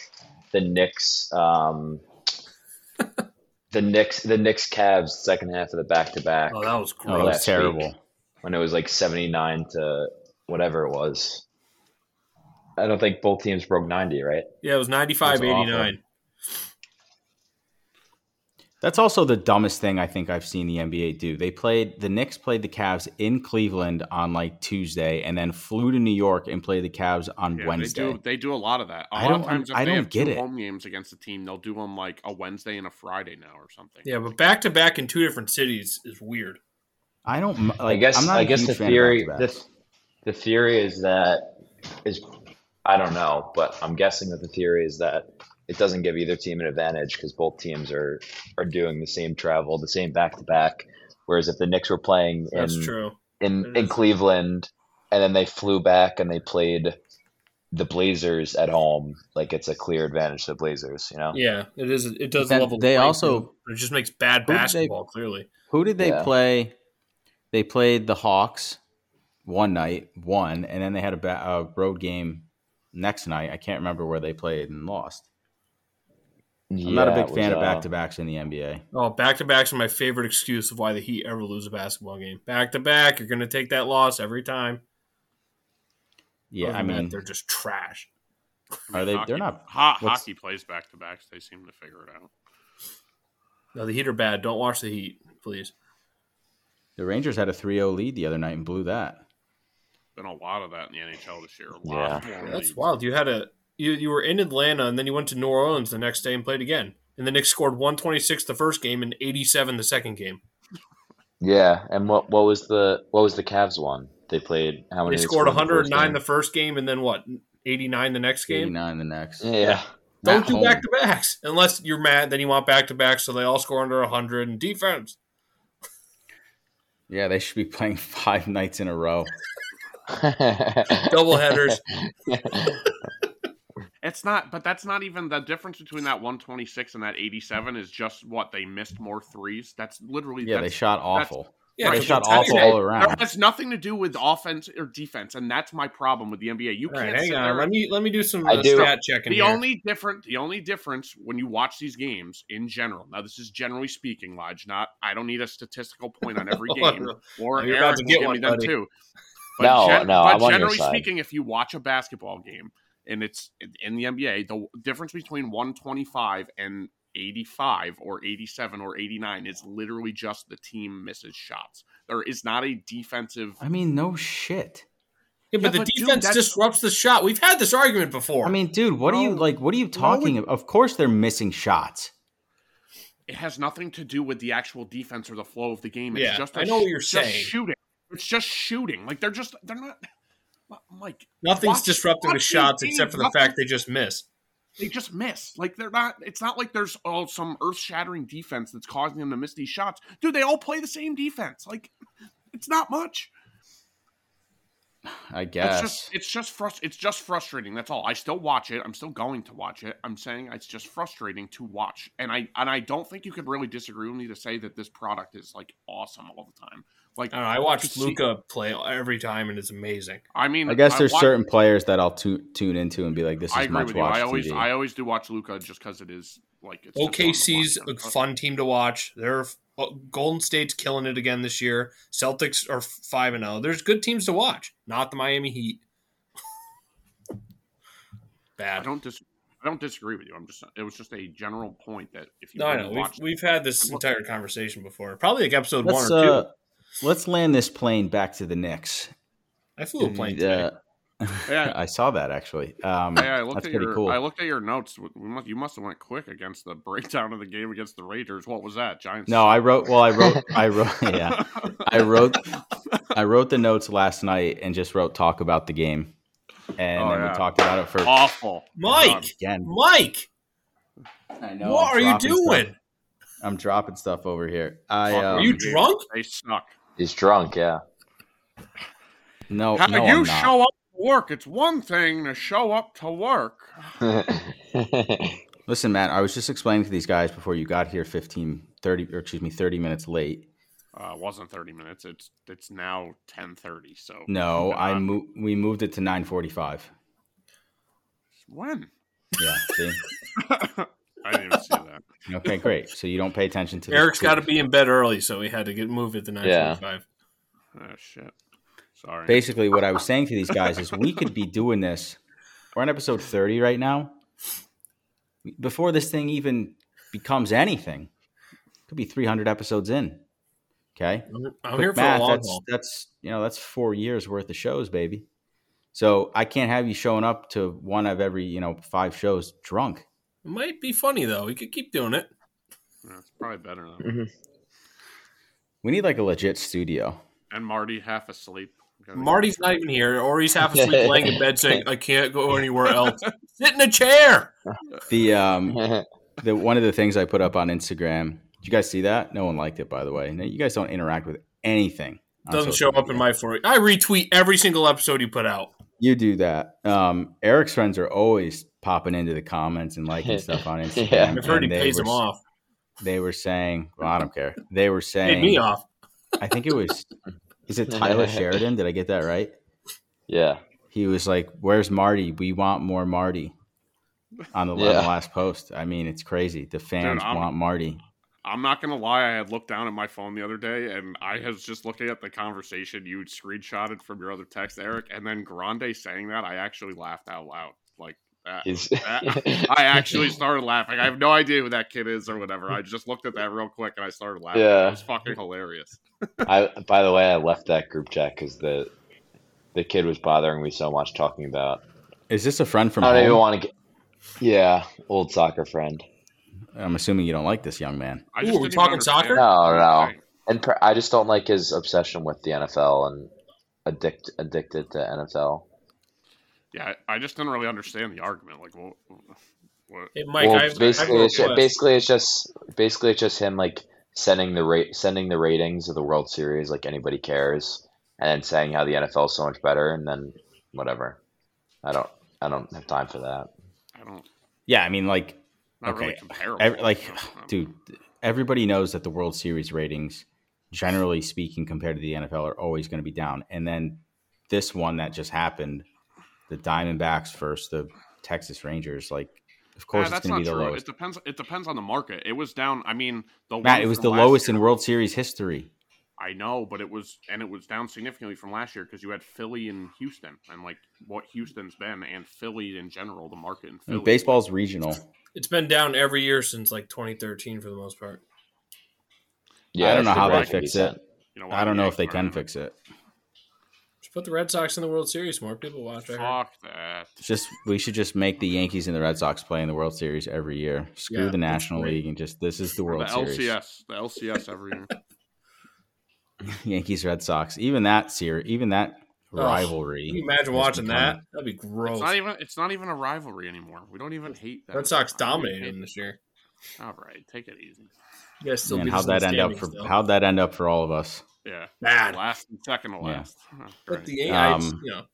the Knicks, um, the Knicks, the Knicks Cavs second half of the back to back Oh, that was great. Oh, that was last week. terrible. when it was like 79 to whatever it was. I don't think both teams broke 90, right? Yeah, it was 95 That was 89. That's also the dumbest thing I think I've seen the NBA do. They played the Knicks played the Cavs in Cleveland on like Tuesday, and then flew to New York and played the Cavs on Yeah, Wednesday. They do, they do a lot of that. A I lot of don't- times, if I they don't have get two it. home games against the team, they'll do them like a Wednesday and a Friday now or something. Yeah, but back to back in two different cities is weird. I don't. m- Like, I guess I'm not I a guess huge the fan of theory the, back-to-backs. the theory is that is I don't know, but I'm guessing that the theory is that it doesn't give either team an advantage because both teams are are doing the same travel, the same back to back. Whereas if the Knicks were playing in That's true. in, That in is- Cleveland, and then they flew back and they played the Blazers at home, like it's a clear advantage to the Blazers, you know. Yeah, it is. It does Then level. the they playing also- field, but it just makes bad Who did they- basketball. Clearly, Who did they Yeah. play? They played the Hawks one night, one, and then they had a, ba- a road game next night. I can't remember where they played and lost. I'm not a Yeah, big it fan was, of uh, back to backs in the NBA. oh, back to backs are my favorite excuse of why the Heat ever lose a basketball game. Back to back, you're going to take that loss every time. Yeah, Other I than that, mean, they're just trash. Are they- they're not- ho- what's- hockey plays back to backs. They seem to figure it out. No, the Heat are bad. Don't watch the Heat, please. the Rangers had a 3-0 lead the other night and blew that. Been a lot of that in the NHL this year. A lot Yeah. more That's leagues. wild. You had a you you were in Atlanta and then you went to New Orleans the next day and played again. And the Knicks scored 126 the first game and 87 the second game. Yeah, and what what was the what was the Cavs one? They played how They many? scored in the first 109 game? the first game and then what? 89 the next game. 89 the next. yeah. Don't At do home. back to backs unless you're mad. Then you want back to backs, so they all score under 100 and defense. Yeah, they should be playing five nights in a row. Double headers. It's not, but that's not even the difference between that 126 and that 87 is just what they missed more threes. That's literally Yeah, they that's, shot awful. Yeah, they Right, but shot that's awful your- all that around. has nothing to do with offense or defense, and that's my problem with the NBA. You All right, can't sit hang there on. Let me let me do some I uh, do- stat checking. the here. only different the only difference when you watch these games in general now this is generally speaking Lodge not I don't need a statistical point on every game or You're Eric about to get will give me one, them buddy. too No, gen- no, but I'm on your generally side. speaking if you watch a basketball game and it's in- in the NBA the difference between 125 and 85 or 87 or 89 is literally just the team misses shots there is not a defensive I mean, no shit. Yeah, but Yeah, the but dude, defense that's- disrupts the shot. We've had this argument before. I mean, dude, what are you Bro, like? What are you why would- talking? about? Of course, they're missing shots. it has nothing to do with the actual defense or the flow of the game. It's Yeah, just I a know sh- what you're just saying. Shooting. It's just shooting. Like they're just they're not. Mike, Nothing's Watch- disrupting the watch these shots games. except for the Nothing- fact they just miss. they just miss. Like they're not. It's not like there's all some earth-shattering defense that's causing them to miss these shots. Dude, they all play the same defense. Like it's not much. I It's guess. just it's just frust- It's just frustrating. That's all. I still watch it. I'm still going to watch it. I'm saying it's just frustrating to watch. And I and I don't think you could really disagree with me to say that this product is like awesome all the time. Like I, don't know, I Just watch see- Luca play every time, and it's amazing. I mean, I guess there's watch- certain players that I'll tu- tune into and be like, "This I is agree much with you. I watch always, TV." I always do watch Luca just because it is like it's just OKC's fun to a watch. fun team to watch. They're oh, Golden State's killing it again this year. Celtics are five and zero. There's good teams to watch. Not the Miami Heat. I Bad. don't dis, I don't disagree with you. I'm just, it was just a general point that if you No, I really know. We've, watch- we've had this entire conversation before. Probably like episode let's one or uh, two. let's land this plane back to the Knicks. I flew a plane And, today. uh, Yeah. I saw that actually. Um, Hey, I looked that's at pretty your, cool. I looked at your notes. We must, you must have went quick against the breakdown of the game against the Raiders. What was that, Giants? no, I wrote. Well, I wrote. I wrote. Yeah, I wrote. I wrote the notes last night and just wrote talk about the game, and Oh, then yeah. we talked about it for awful, Mike, again. Mike, I know. what I'm are you dropping stuff. doing? I'm dropping stuff over here. I Fuck, um, Are you dude. drunk? They suck. He's drunk, yeah. no, How Oh, no, you I'm not. show up to work? It's one thing to show up to work. Listen, Matt, I was just explaining to these guys before you got here 15, 30, or excuse me, 30 minutes late. Uh, it wasn't 30 minutes. It's it's now 10:30. So No, I Uh, mo- we moved it to 945. When? Yeah. See. I didn't even see that. Okay. Great. So you don't pay attention to. this Eric's got to tweet. be in bed early, so we had to get moved at the nine Yeah. forty-five. Oh shit. Sorry. Basically, what I was saying to these guys is we could be doing this. We're on episode thirty right now. Before this thing even becomes anything, could be three hundred episodes in. Okay. I'm Quick here for math, a long that's, haul. That's you know that's four years worth of shows, baby. So I can't have you showing up to one of every you know five shows drunk. It might be funny though. We could keep doing it. Yeah, it's probably better though. We need like a legit studio. And Marty half asleep. We gotta- Marty's not even here, or he's half asleep laying in bed saying, "I can't go anywhere else." Sit in a chair. The um the one of the things I put up on Instagram. Did you guys see that? No one liked it, by the way. No, You guys don't interact with anything. on Doesn't show social up in media. my for you. I retweet every single episode you put out. You do that. Um, Eric's friends are always popping into the comments and liking stuff on Instagram. Yeah. I've heard he and they pays were- them off. They were saying, "Well, I don't care." They were Paid saying, me off. I think it was. Is it Tyler Sheridan? Did I get that right? yeah. He was like, "Where's Marty? We want more Marty." On the on the Yeah. last post, I mean, it's crazy. The fans I'm- want Marty. I'm not gonna lie, I had looked down at my phone the other day and I was just looking at the conversation you had screenshotted from your other text, Eric, and then Grande saying that I actually laughed out loud. Like that He's- I actually started laughing. I have no idea who that kid is or whatever. I just looked at that real quick and I started laughing. Yeah. It was fucking hilarious. I by the way, I left that group chat because the the kid was bothering me so much talking about. Is this a friend from I don't even home? want to get. Yeah, old soccer friend. I'm assuming you don't like this young man. I Ooh, just are we didn't talking understand soccer? Oh, No, no. anything. And pr- I just don't like his obsession with the NFL and addict addicted to NFL. Yeah, I, I just didn't really understand the argument. Like, what? what Hey, Mike, well, I have, I basically, have a it's just, request. basically it's just basically it's just him like sending the rate sending the ratings of the World Series like anybody cares, and then saying how the NFL is so much better, and then whatever. I don't I don't have time for that. I don't. Yeah, I mean, like, Not really Okay. comparable. ev- like, Um, dude, everybody knows that the World Series ratings, generally speaking, compared to the NFL, are always going to be down. And then this one that just happened, the Diamondbacks versus the Texas Rangers, like, of course nah, it's that's going to be not the true. lowest. It depends. It depends on the market. It was down. I mean, the Matt, one it was from the last lowest year- in World Series history. I know, but it was and it was down significantly from last year because you had Philly and Houston, and like what Houston's been and Philly in general, the market in I Philly. mean, baseball's regional. It's been down every year since like 2013 for the most part. I don't know the how they rating should be fix sent. it. You know, I don't know if they Yankees are can in it. fix it. Just put the Red Sox in the World Series. More people watch. I heard. Fuck that. It's Just we should just make the Yankees and the Red Sox play in the World Series every year. Screw Yeah, the National great. League and just this is the Or World the Series. LCS, the LCS every year. Yankees Red Sox. Even that series, even that Ugh, rivalry. Can you imagine has watching become- that? That'd be It's gross. not even. It's not even a rivalry anymore. We don't even hate that. Oh. Red Sox I don't even dominated them this year. hate- All right, take it easy. You guys still Man, beat how'd us in the that end up for standings, though. how'd that end up for all of us? Yeah, bad? last and second to Yeah. last. Oh, But great. the AI, Um, you know,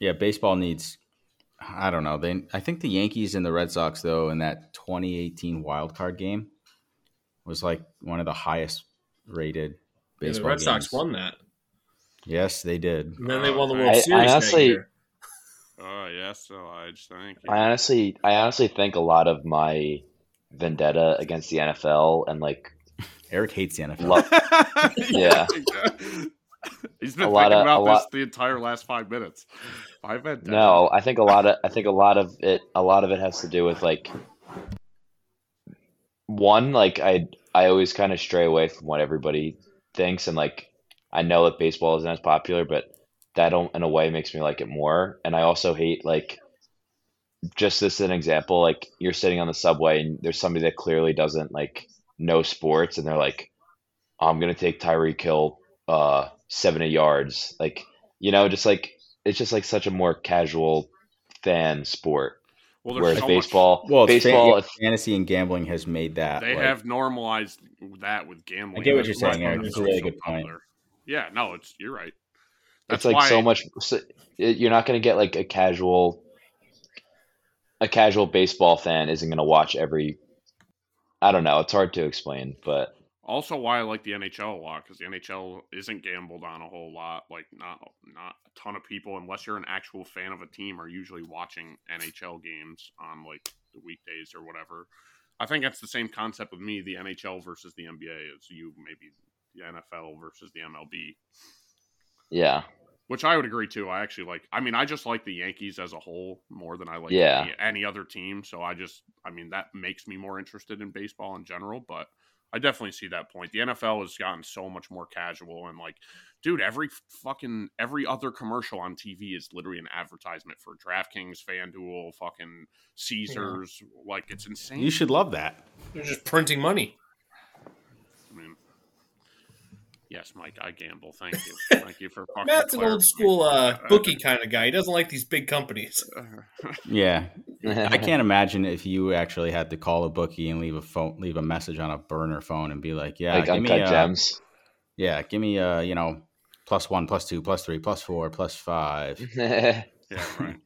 Yeah, baseball needs I don't know. They I think the Yankees and the Red Sox though in that 2018 wild card game was like one of the highest rated yeah, baseball the Red Sox games. won that, Yes, they did. and then they won the World I- I Series. honestly- that year. oh yes, Elijah. Thank you. I honestly, I honestly think a lot of my vendetta against the NFL and like Eric hates the NFL. love. Yeah. He's been A thinking lot of- about a this lot- the entire last five minutes. Five minutes. no, I think a lot of, I think a lot of it, a lot of it has to do with like one, like I, I always kind of stray away from what everybody thinks, and like I know that baseball isn't as popular, but that don't, in a way makes me like it more, and I also hate like. just this as an example, like you're sitting on the subway and there's somebody that clearly doesn't like know sports and they're like, I'm gonna take Tyreek Hill uh seventy yards. Like, you know, just like it's just like such a more casual fan sport. Well, there's Whereas so much- baseball Well, it's fan- baseball yeah, fantasy and gambling has made that. they like- have normalized that with gambling. I get what you're That's saying, why Eric. it's It's a really so good point. popular. Yeah, no, it's you're right. it's That's like why so much so, it- you're not gonna get like a casual a casual baseball fan isn't gonna watch every I don't know, it's hard to explain, but Also, why I like the NHL a lot because the NHL isn't gambled on a whole lot. Like not not a ton of people, unless you're an actual fan of a team, are usually watching NHL games on like the weekdays or whatever. I think that's the same concept with me. The NHL versus the NBA is you maybe the NFL versus the MLB, Yeah. which I would agree too. I actually like. I mean, I just like the Yankees as a whole more than I like Yeah. any, any other team. So I just, I mean, that makes me more interested in baseball in general. But I definitely see that point. The NFL has gotten so much more casual and like, dude, every fucking every other commercial on TV is literally an advertisement for DraftKings, FanDuel, fucking Caesars. Like, it's insane. You should love that. They're just printing money. I mean, yes, Mike, I gamble. Thank you. Thank you for fucking. Matt's an old clarifying. school uh, bookie kind of guy. He doesn't like these big companies. uh, Yeah, I I can't imagine if you actually had to call a bookie and leave a phone, leave a message on a burner phone, and be like, "Yeah, like give me, uncut uh, gems. yeah, give me, uh, you know, plus one, plus two, plus three, plus four, plus five. Mm. yeah, right.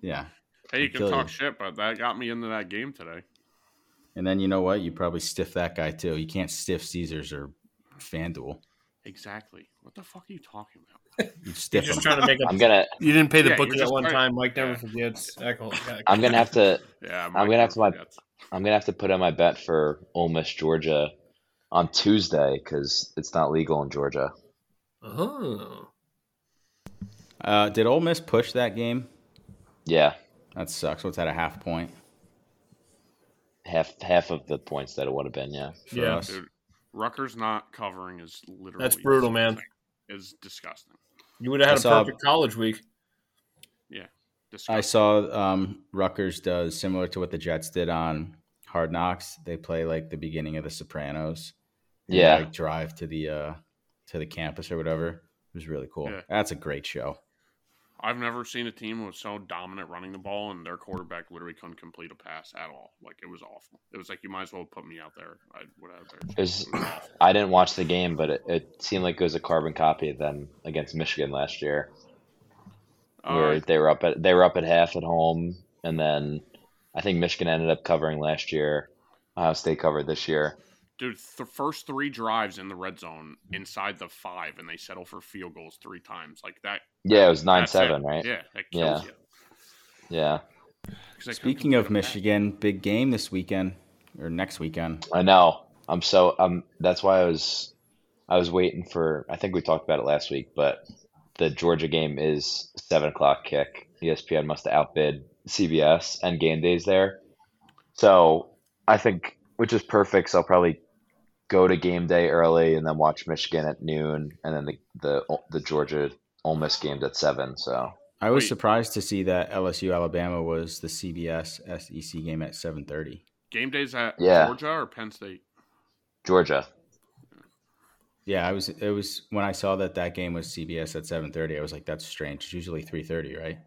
Yeah, Hey, you can Kill talk you. shit, but that got me into that game today. and then you know what? You probably stiff that guy too. You can't stiff Caesars or FanDuel. Exactly. What the fuck are you talking about? You You're stiff them. just trying to make up. I'm gonna You didn't pay the Yeah, bookie you're that just one trying- time. Mike never yeah. forgets. Echo- yeah, I'm gonna have to Yeah, I'm gonna have to buy- forgets. I'm gonna have to put in my bet for Ole Miss Georgia on Tuesday because it's not legal in Georgia. Oh. Uh, did Ole Miss push that game? Yeah, That sucks. What's that? A half point half half of the points that it would have been. Yeah, for Yeah. us. Dude, Rutgers not covering is literally That's brutal, man. Is disgusting. You would have had I a saw- perfect college week. I Disgusting. saw um, Rutgers does similar to what the Jets did on Hard Knocks. They play like the beginning of The Sopranos. and, yeah. like, drive to the uh to the campus or whatever. It was really cool. Yeah. That's a great show. I've never seen a team with so dominant running the ball and their quarterback literally couldn't complete a pass at all. Like it was awful. It was like you might as well put me out there. I would have there. It was, I didn't watch the game, but it, it seemed like it was a carbon copy of them against Michigan last year, Uh, where they were up at they were up at half at home, and then I think Michigan ended up covering last year. Ohio State covered this year. Dude, the first three drives in the red zone inside the five, and they settle for field goals three times. Like that. Yeah, it was nine that's seven, it. right? Yeah, that Yeah. kills you. 'Cause Yeah, they couldn't Speaking of complete a pass. Michigan, big game this weekend or next weekend. I know. I'm so um. That's why I was I was waiting for. I think we talked about it last week, but the Georgia game is seven o'clock kick. E ESPN must have outbid CBS and game days there. So I think, which is perfect. So I'll probably go to game day early and then watch Michigan at noon, and then the the the Georgia Ole Miss game's at seven. So I was Wait. surprised to see that LSU Alabama was the CBS SEC E game at 7:30. game days at Yeah. Georgia or Penn State. Georgia, Yeah, I was it was when I saw that that game was CBS at 7:30, I was like that's strange. It's usually 3:30, right?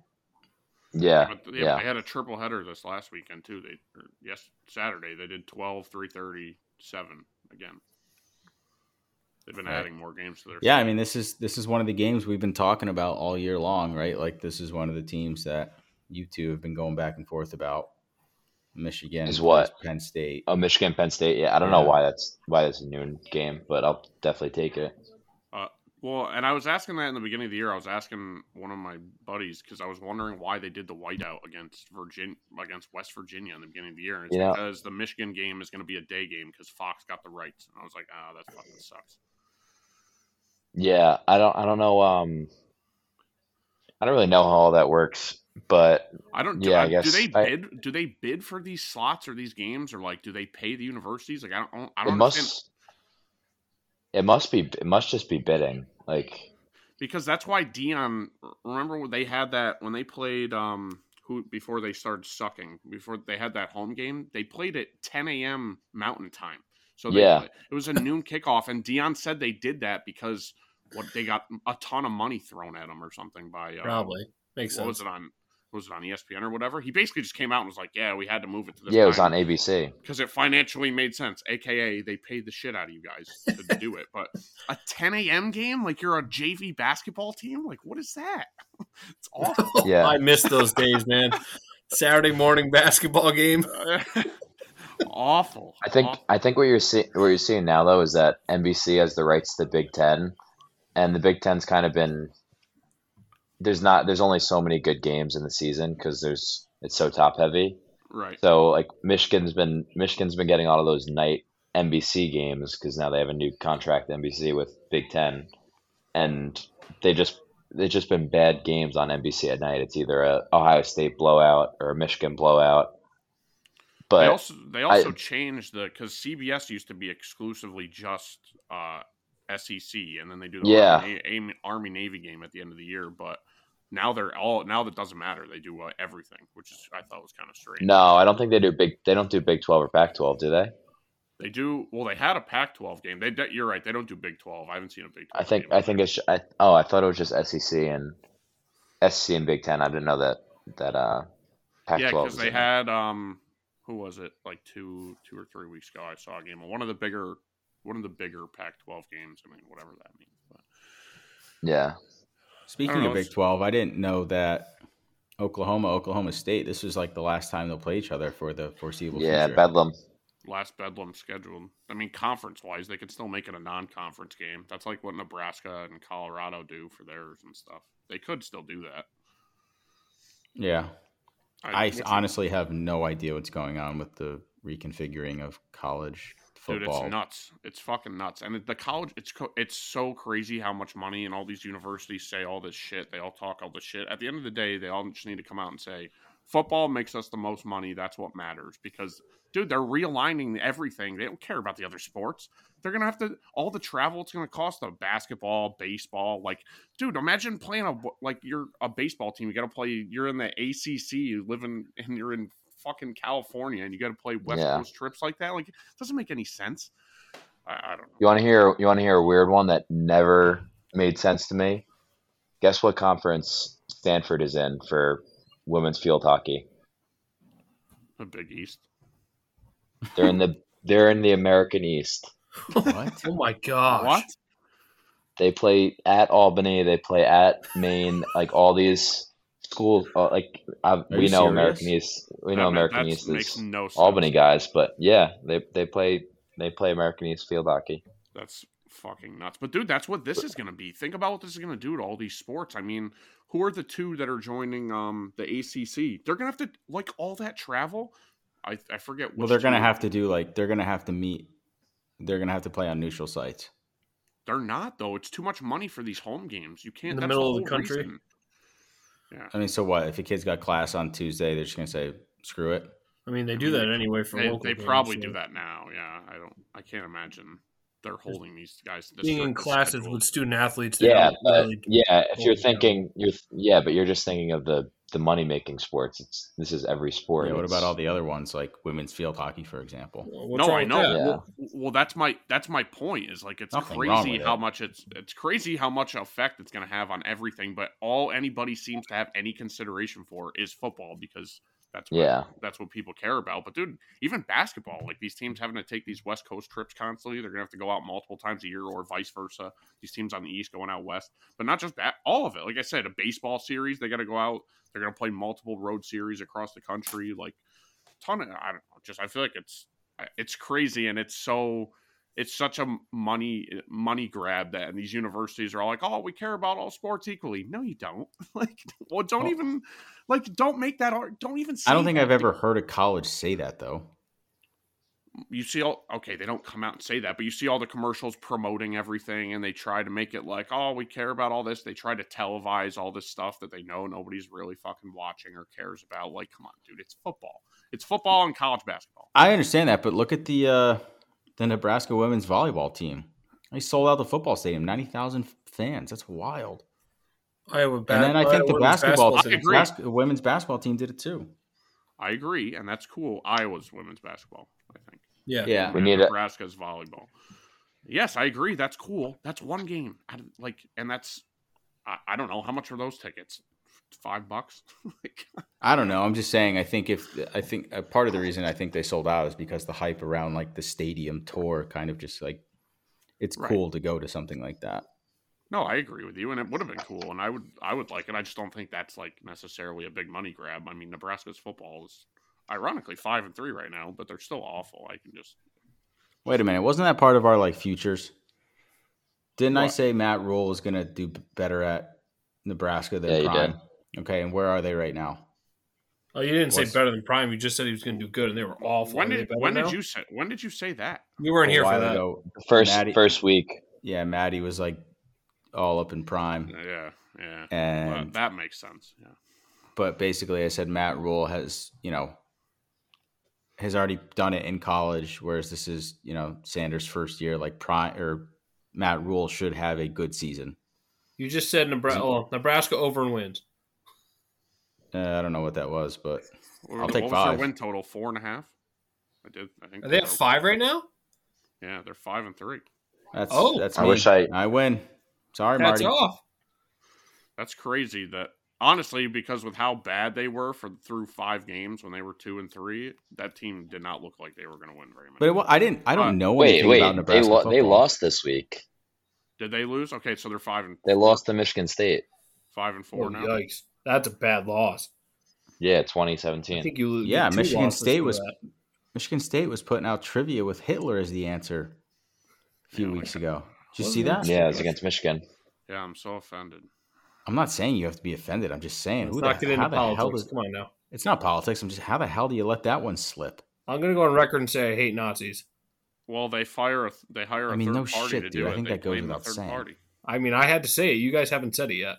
yeah, But they, Uh, yeah. they had a triple header this last weekend too. They or yes Saturday they did 12, 330, 7 again. They've been Right. adding more games to their Yeah, I mean this is this is one of the games we've been talking about all year long, right? Like this is one of the teams that you two have been going back and forth about. Michigan Is what? plays Penn State. Oh, Michigan, Penn State. Yeah, I don't know Yeah. why that's why that's a noon game, but I'll definitely take it. Well, and I was asking that in the beginning of the year. I was asking one of my buddies because I was wondering why they did the whiteout against Virgin against West Virginia in the beginning of the year. And it's You know- because the Michigan game is going to be a day game because Fox got the rights. And I was like, ah, that fucking sucks. Yeah, I don't I don't know um I don't really know how all that works, but I don't. Do, Yeah, I I, guess do they I- bid? Do they bid for these slots or these games or like do they pay the universities? Like I don't. I it don't must understand it must be it must just be bidding. Like because that's why Dion. Remember when they had that when they played um who before they started sucking before they had that home game they played at 10 a.m. Mountain Time. So they, Yeah. it was a noon kickoff, and Dion said they did that because what they got a ton of money thrown at them or something by uh, Probably. Makes what sense. was it on was it on E ESPN or whatever? He basically just came out and was like, "Yeah, we had to move it to this." yeah, it was time on ABC. because it financially made sense. AKA, they paid the shit out of you guys to do it. But a 10 a.m. game, like you're a JV basketball team, like what is that? It's awful. Yeah. I miss those days, man. Saturday morning basketball game. awful. I think Awful. I think what you're see, what you're seeing now though is that NBC has the rights to the Big Ten, and the Big Ten's kind of been there's not there's only so many good games in the season because there's it's so top heavy. right. So like Michigan's been Michigan's been getting all of those night NBC games because now they have a new contract NBC with Big Ten, and they just they've just been bad games on NBC at night. It's either a Ohio State blowout or a Michigan blowout. But they also they also changed the because CBS used to be exclusively just uh, SEC, and then they do the Yeah. Army, Navy, Army Navy game at the end of the year. But now they're all now that doesn't matter. They do uh, everything, which is I thought was kind of strange. No, I don't think they do big. They don't do Big Twelve or Pac twelve, do they? They do well. They had a Pac-12 game. They de- you're right. They don't do Big 12. I haven't seen a Big 12. I think. game I either. think it's. I, oh, I thought it was just SEC and SEC and Big Ten. I didn't know that that uh, Pac yeah, twelve. because they had um, who was it? Like two, two or three weeks ago, I saw a game. One of the bigger, one of the bigger Pac-12 games. I mean, whatever that means. But Yeah, I don't Speaking know, of Big it's- Twelve, I didn't know that Oklahoma, Oklahoma State. This was like the last time they'll play each other for the foreseeable yeah, future. Bedlam. last bedlam scheduled. I mean, conference-wise, they could still make it a non-conference game. That's like what Nebraska and Colorado do for theirs and stuff. They could still do that. yeah. I what's- honestly have no idea what's going on with the reconfiguring of college Dude, football. it's nuts. It's fucking nuts. And the college, it's co- it's so crazy how much money and all these universities say all this shit. They all talk all this shit. At the end of the day, they all just need to come out and say, football makes us the most money. That's what matters. Because, dude, they're realigning everything. They don't care about the other sports. They're gonna have to all the travel it's gonna cost them. Basketball, baseball, like, dude, imagine playing a like you're a baseball team. You got to play. You're in the ACC. You live in and you're in fucking California, and you got to play West Yeah. Coast trips like that. Like doesn't make any sense. I, I don't know. You want to hear? You want to hear a weird one that never made sense to me? Guess what conference Stanford is in for women's field hockey? The Big East. They're in the they're in the American East. what? Oh my gosh. What? They play at Albany. They play at Maine. like all these schools, uh, like uh, Are we you know serious? American East. We know That- American that East makes is no sense. Albany guys, but yeah, they they play they play American East field hockey. That's fucking nuts. But dude, that's what this is gonna be. Think about what this is gonna do to all these sports. I mean, who are the two that are joining um the ACC? They're gonna have to like all that travel. I I forget. well, which they're gonna two- have to do like they're gonna have to meet. They're gonna have to play on neutral sites. They're not though. It's too much money for these home games. You can't. In the that's middle of the whole country? reason. I mean, so what? If a kid's got class on Tuesday, they're just gonna say screw it. I mean, they do that anyway for They, local they games, probably so- do that now. Yeah, I don't. I can't imagine they're holding these guys. To this Being in strict a classes schedule. with student athletes, they Yeah, don't but really- yeah, if you're Oh, yeah. thinking you're yeah, but you're just thinking of the the money making sports. It's this is every sport. Yeah, what It's- about all the other ones like women's field hockey, for example? What's no, wrong I with know. that? Yeah. Well, well, that's my that's my point. Is like it's Nothing wrong crazy with how it. much it's it's crazy how much effect it's going to have on everything. But all anybody seems to have any consideration for is football because that's what, Yeah. that's what people care about. But dude, even basketball, like these teams having to take these West Coast trips constantly, they're going to have to go out multiple times a year or vice versa. These teams on the East going out west, but not just that, all of it. Like I said, a baseball series, they got to go out. They're going to play multiple road series across the country, like ton of. I don't know. Just I feel like it's I- it's crazy and it's so it's such a money money grab that and these universities are all like oh we care about all sports equally no you don't like well don't Well- even like don't make that ar- don't even say I don't think that. I've ever heard a college say that though. you see all okay they don't come out and say that but you see all the commercials promoting everything and they try to make it like oh we care about all this they try to televise all this stuff that they know nobody's really fucking watching or cares about like come on dude it's football it's football and college basketball I understand that, but look at the uh, the Nebraska women's volleyball team. They sold out the football stadium, ninety thousand fans. That's wild. Iowa ba- and then I think the Iowa women's basketball, team- team, I agree. bas- the women's basketball team did it too. i agree and that's cool iowa's women's basketball i think Yeah. Yeah, We and need a- Nebraska's volleyball. Yes, I agree. That's cool. That's one game. I, don't- like, and that's I, I don't know how much are those tickets. Five bucks. like, I don't know. I'm just saying. I think if I think uh, part of the reason I think they sold out is because the hype around like the stadium tour kind of just like it's Right. cool to go to something like that. no, I agree with you, and it would have been cool, and I would I would like it. I just don't think that's like necessarily a big money grab. I mean, Nebraska's football is ironically five and three right now, but they're still awful. I can just Wait a minute. Wasn't that part of our like futures? Didn't I What? say Matt Rule was going to do b- better at Nebraska than Yeah, you Prime? Okay, and where are they right now? Oh, you didn't say What's- better than Prime. You just said he was going to do good, and they were awful. when Are they did better when now? did you say when did you say that? You weren't A here for while that. ago, First Maddie- first week. yeah, Maddie was like all up in Prime, Uh, Yeah, yeah. Well, and that makes sense. Yeah. but basically, I said Matt Rule has you know has already done it in college, whereas this is you know Sanders' first year. Like Prime or Matt Rule should have a good season. You just said Nebraska. Oh, Nebraska over and wins. Uh, I don't know what that was, but What, I'll what take was five. their win total? Four and a half. I did. I think Are they at broke. five right now? Yeah, they're five and three. that's Oh. that's I me. wish I- I win. Sorry, That's Marty. off. That's crazy. That honestly, because with how bad they were for through five games when they were two and three, that team did not look like they were going to win very much. But it, wa- I didn't. I Uh, don't know Wait, anything wait. about Nebraska They lo- they football. lost this week. did they lose? Okay, so they're five and They lost to Michigan State. five and Oh, four now. yikes. That's a bad loss. Yeah, I 2017. think you lose. Yeah, two Michigan losses State for was- that. Michigan State was putting out trivia with Hitler as the answer a few Yeah, weeks like- ago. Did you Wasn't see it? that? Yeah, it was against Michigan. Yeah, I'm so offended. I'm not saying you have to be offended. I'm just saying, Let's who not the, get how into the hell politics. does Come on now. it's not politics? I'm just how the hell do you let that one slip? I'm going to go on record and say I hate Nazis. Well, they fire a th- they hire a I mean, third no party shit, to dude. do I it. think they that goes blame the without third saying. party. I mean, I had to say it. You guys haven't said it yet.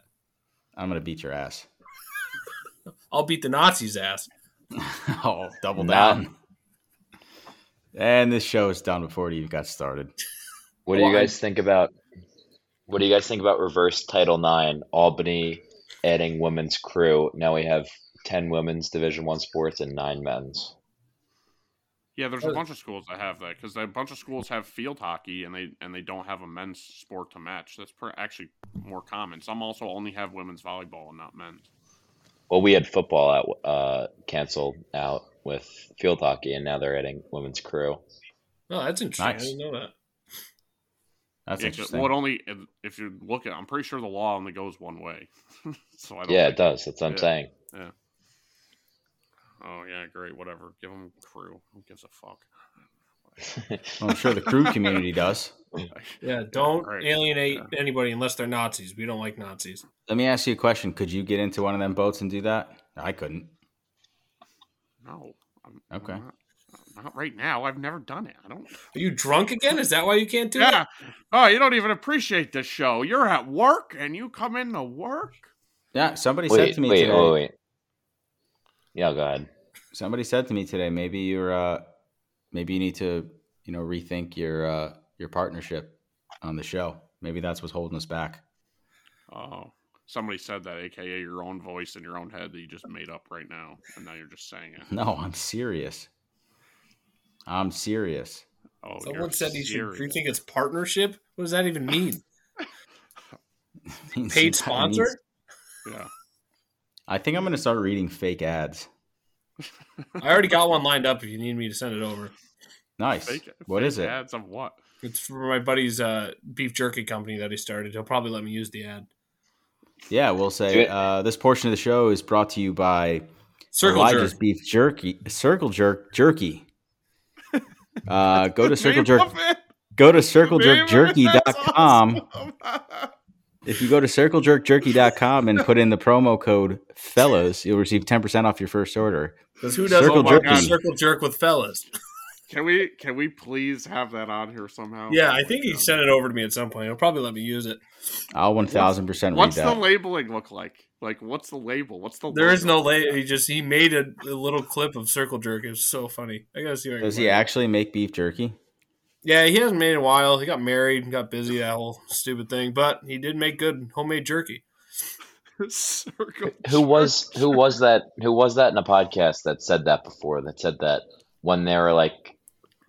I'm gonna beat your ass. I'll beat the Nazis' ass. oh, double Nah. down. And this show is done before it even got started. What do you Well, I- guys think about? What do you guys think about reverse Title IX? Albany adding women's crew. Now we have ten women's Division One sports and nine men's. Yeah, there's a Does- bunch of schools that have that because a bunch of schools have field hockey and they and they don't have a men's sport to match. That's pr actually more common. Some also only have women's volleyball and not men's. Well, we had football out, uh, canceled out with field hockey, and now they're adding women's crew. Oh, that's interesting. Nice. I didn't know that. That's Yeah, 'cause- interesting. well, it only if- if you look at, I'm pretty sure the law only goes one way. so I don't Yeah, it think- does. That's what I'm Yeah. saying. Oh yeah, great. Whatever. Give them crew. Who gives a fuck? Well, I'm sure the crew community does. Yeah, don't Right. alienate Yeah. anybody unless they're Nazis. We don't like Nazis. Let me ask you a question. Could you get into one of them boats and do that? I couldn't. No. I'm, Okay. I'm not, I'm not right now. I've never done it. I don't. Are you drunk again? Is that why you can't do Yeah. it? Oh, you don't even appreciate this show. You're at work and you come in to work. Yeah, somebody said Wait, to me wait, today. wait, wait. Yeah, go ahead. somebody said to me today maybe you're uh maybe you need to you know rethink your uh your partnership on the show maybe that's what's holding us back Oh, somebody said that, aka your own voice in your own head that you just made up right now, and now you're just saying it. no i'm serious i'm serious Oh, Someone you're said you should serious. rethink its partnership. What does that even mean? It means- Paid it sponsor? means- Yeah. i think i'm gonna start reading fake ads I already got one lined up if you need me to send it over. nice Fake, What is it Ads of what? It's for my buddy's uh, beef jerky company that he started. He'll probably let me use the ad. yeah we'll Do say it. uh this portion of the show is brought to you by Circle Elijah's jerk. beef jerky circle jerk jerky uh go to circle Name jerk Oh of it? go to Name of it? That's circlejerkjerky.com awesome. If you go to circlejerkjerky.com and put in the promo code fellows, you'll receive 10% off your first order. Because who does Circle circle, jerk jerky. circle jerk with fellas? Can we can we please have that on here somehow? Yeah, Oh I my think he God. sent it over to me at some point. He'll probably let me use it. I'll 1000% read What's the that. labeling look like? Like, what's the label? What's the? There is no logo? lay. He just he made a, a little clip of circle jerk. It was so funny. I gotta see. Where Does he actually make beef jerky? Yeah, he hasn't made it in a while. He got married and got busy that whole stupid thing. But he did make good homemade jerky. circle. Who was who was that? Who was that in a podcast that said that before? That said that when they were like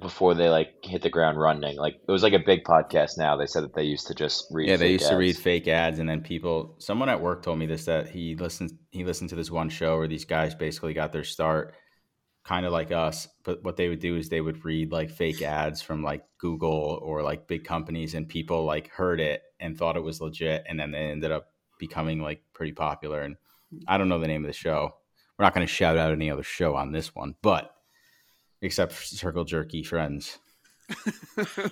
before they like hit the ground running. Like it was like a big podcast. Now they said that they used to just read. Yeah, they fake used to read ads. fake ads and then people someone at work told me this that he listened he listened to this one show where these guys basically got their start kind of like us, but what they would do is they would read like fake ads from like Google or like big companies and people like heard it and thought it was legit and then they ended up becoming like pretty popular and I don't know the name of the show. We're not going to shout out any other show on this one, but except for Circle Jerky Friends.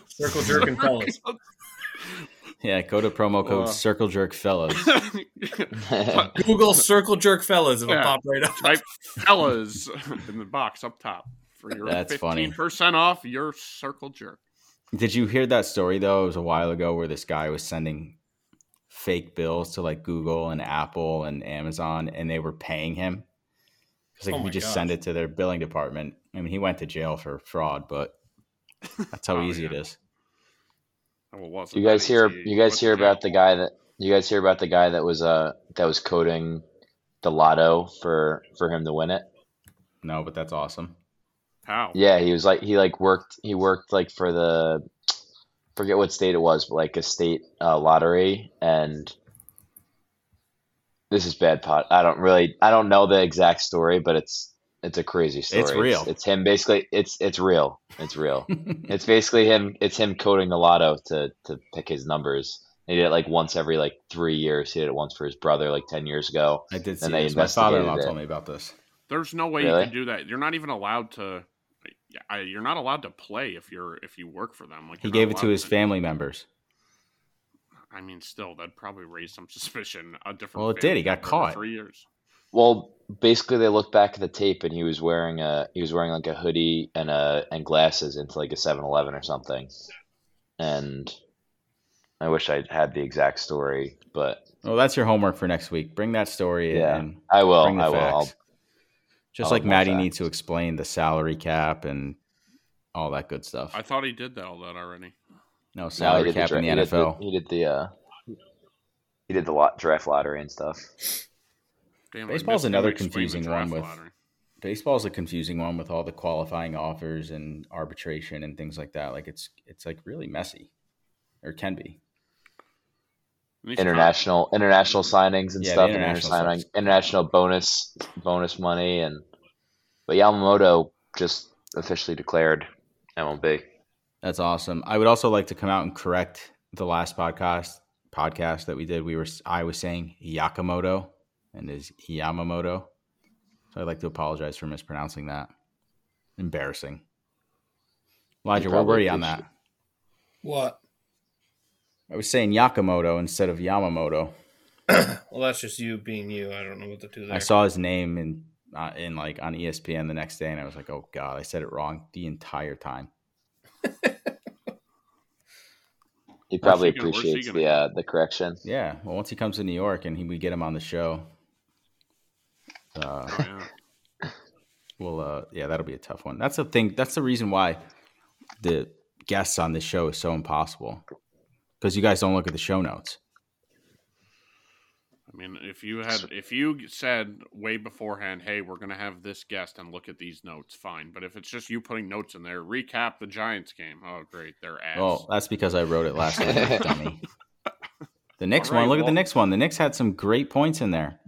Circle jerking fellas. Yeah, go to promo code Uh. Circle Jerk Fellas. Google circle jerk fellas. It'll Yeah. pop right up. Type fellas in the box up top for your That's funny. 15% off your circle jerk. Did you hear that story though? It was a while ago where this guy was sending fake bills to like Google and Apple and Amazon, and they were paying him because like Oh we my just gosh. send it to their billing department. I mean, he went to jail for fraud, but that's how Oh, easy yeah. it is. Oh, it wasn't You guys that hear? easy. You guys What's hear the about the deal? guy that? You guys hear about the guy that was uh that was coding the lotto for for him to win it? No, but that's awesome. How? Yeah, he was like he like worked he worked like for the forget what state it was, but like a state uh, lottery and this is bad pot. I don't really I don't know the exact story, but it's it's a crazy story. real. It's, him basically it's it's real. It's real. it's basically him it's him coding the lotto to to pick his numbers. He did it like once every like three years. He did it once for his brother like ten years ago. I did see And they this. My investigated father-in-law it. told me about this. There's no way you Really? can do that. You're not even allowed to. I, you're not allowed to play if you're if you work for them. Like He you're not gave it to allowed his family members. I mean, still, that'd probably raise some suspicion. A different. Well, it did. family He got member for caught. Three years. Well, basically, they looked back at the tape, and he was wearing a he was wearing like a hoodie and a and glasses into like a 7-Eleven or something. And I wish I had the exact story, but Well, that's your homework for next week. Bring that story in. Yeah. and I will. bring the I will. I'll, facts. Just I'll like have more Maddie needs facts. to explain the salary cap and all that good stuff. I thought he did that all that already. No no, he salary did the cap dra- in the he did the- NFL. he did the uh, he did the lot draft lottery and stuff. Damn, I Baseball's missed him another explaining the confusing draft one with- lottery. Baseball's a confusing one with all the qualifying offers and arbitration and things like that. Like it's it's like really messy, or can be. And he's International international signings and Yeah, the stuff, and international signing stuff's- international bonus bonus money, and but Yamamoto just officially declared MLB. That's awesome. I would also like to come out and correct the last podcast podcast that we did. We were I was saying Yakamoto and is Yamamoto. So I'd like to apologize for mispronouncing that. Embarrassing. Elijah, where probably were you on that? appreciate- What? I was saying Yakamoto instead of Yamamoto. Well, that's just you being you. I don't know what to do there. I saw his name in uh, in like on ESPN the next day, and I was like, "Oh God, I said it wrong the entire time." He Where's probably he gonna- where's he appreciates gonna- the uh, the correction. Yeah. Well, once he comes to New York and he, we get him on the show, uh, Oh, yeah. well, uh, yeah, that'll be a tough one. That's the thing. That's the reason why the guests on this show is so impossible because you guys don't look at the show notes. I mean, if you had, if you said way beforehand, "Hey, we're gonna have this guest and look at these notes," fine. But if it's just you putting notes in there, recap the Giants game. Oh, great, they're ass. Well, that's because I wrote it last night, dummy. The next All one. right, Look at well- the next one. The Knicks had some great points in there.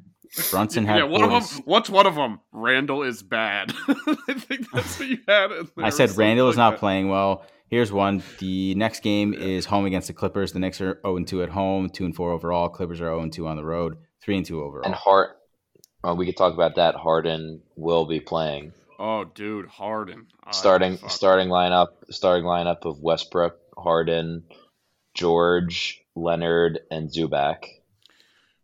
Brunson had yeah, one of 40 them. What's one of them? Randall is bad. I think that's what you had. in there I or said something Randall is like not that. playing well. Here's one. The next game is home against the Clippers. The Knicks are 0 2 at home, 2 and 4 overall. Clippers are 0 2 on the road, 3 and 2 overall. And Hart, well, we could talk about that. Harden will be playing Oh, dude, Harden I- starting fuck. starting lineup starting lineup of Westbrook, Harden, George, Leonard, and Zubac.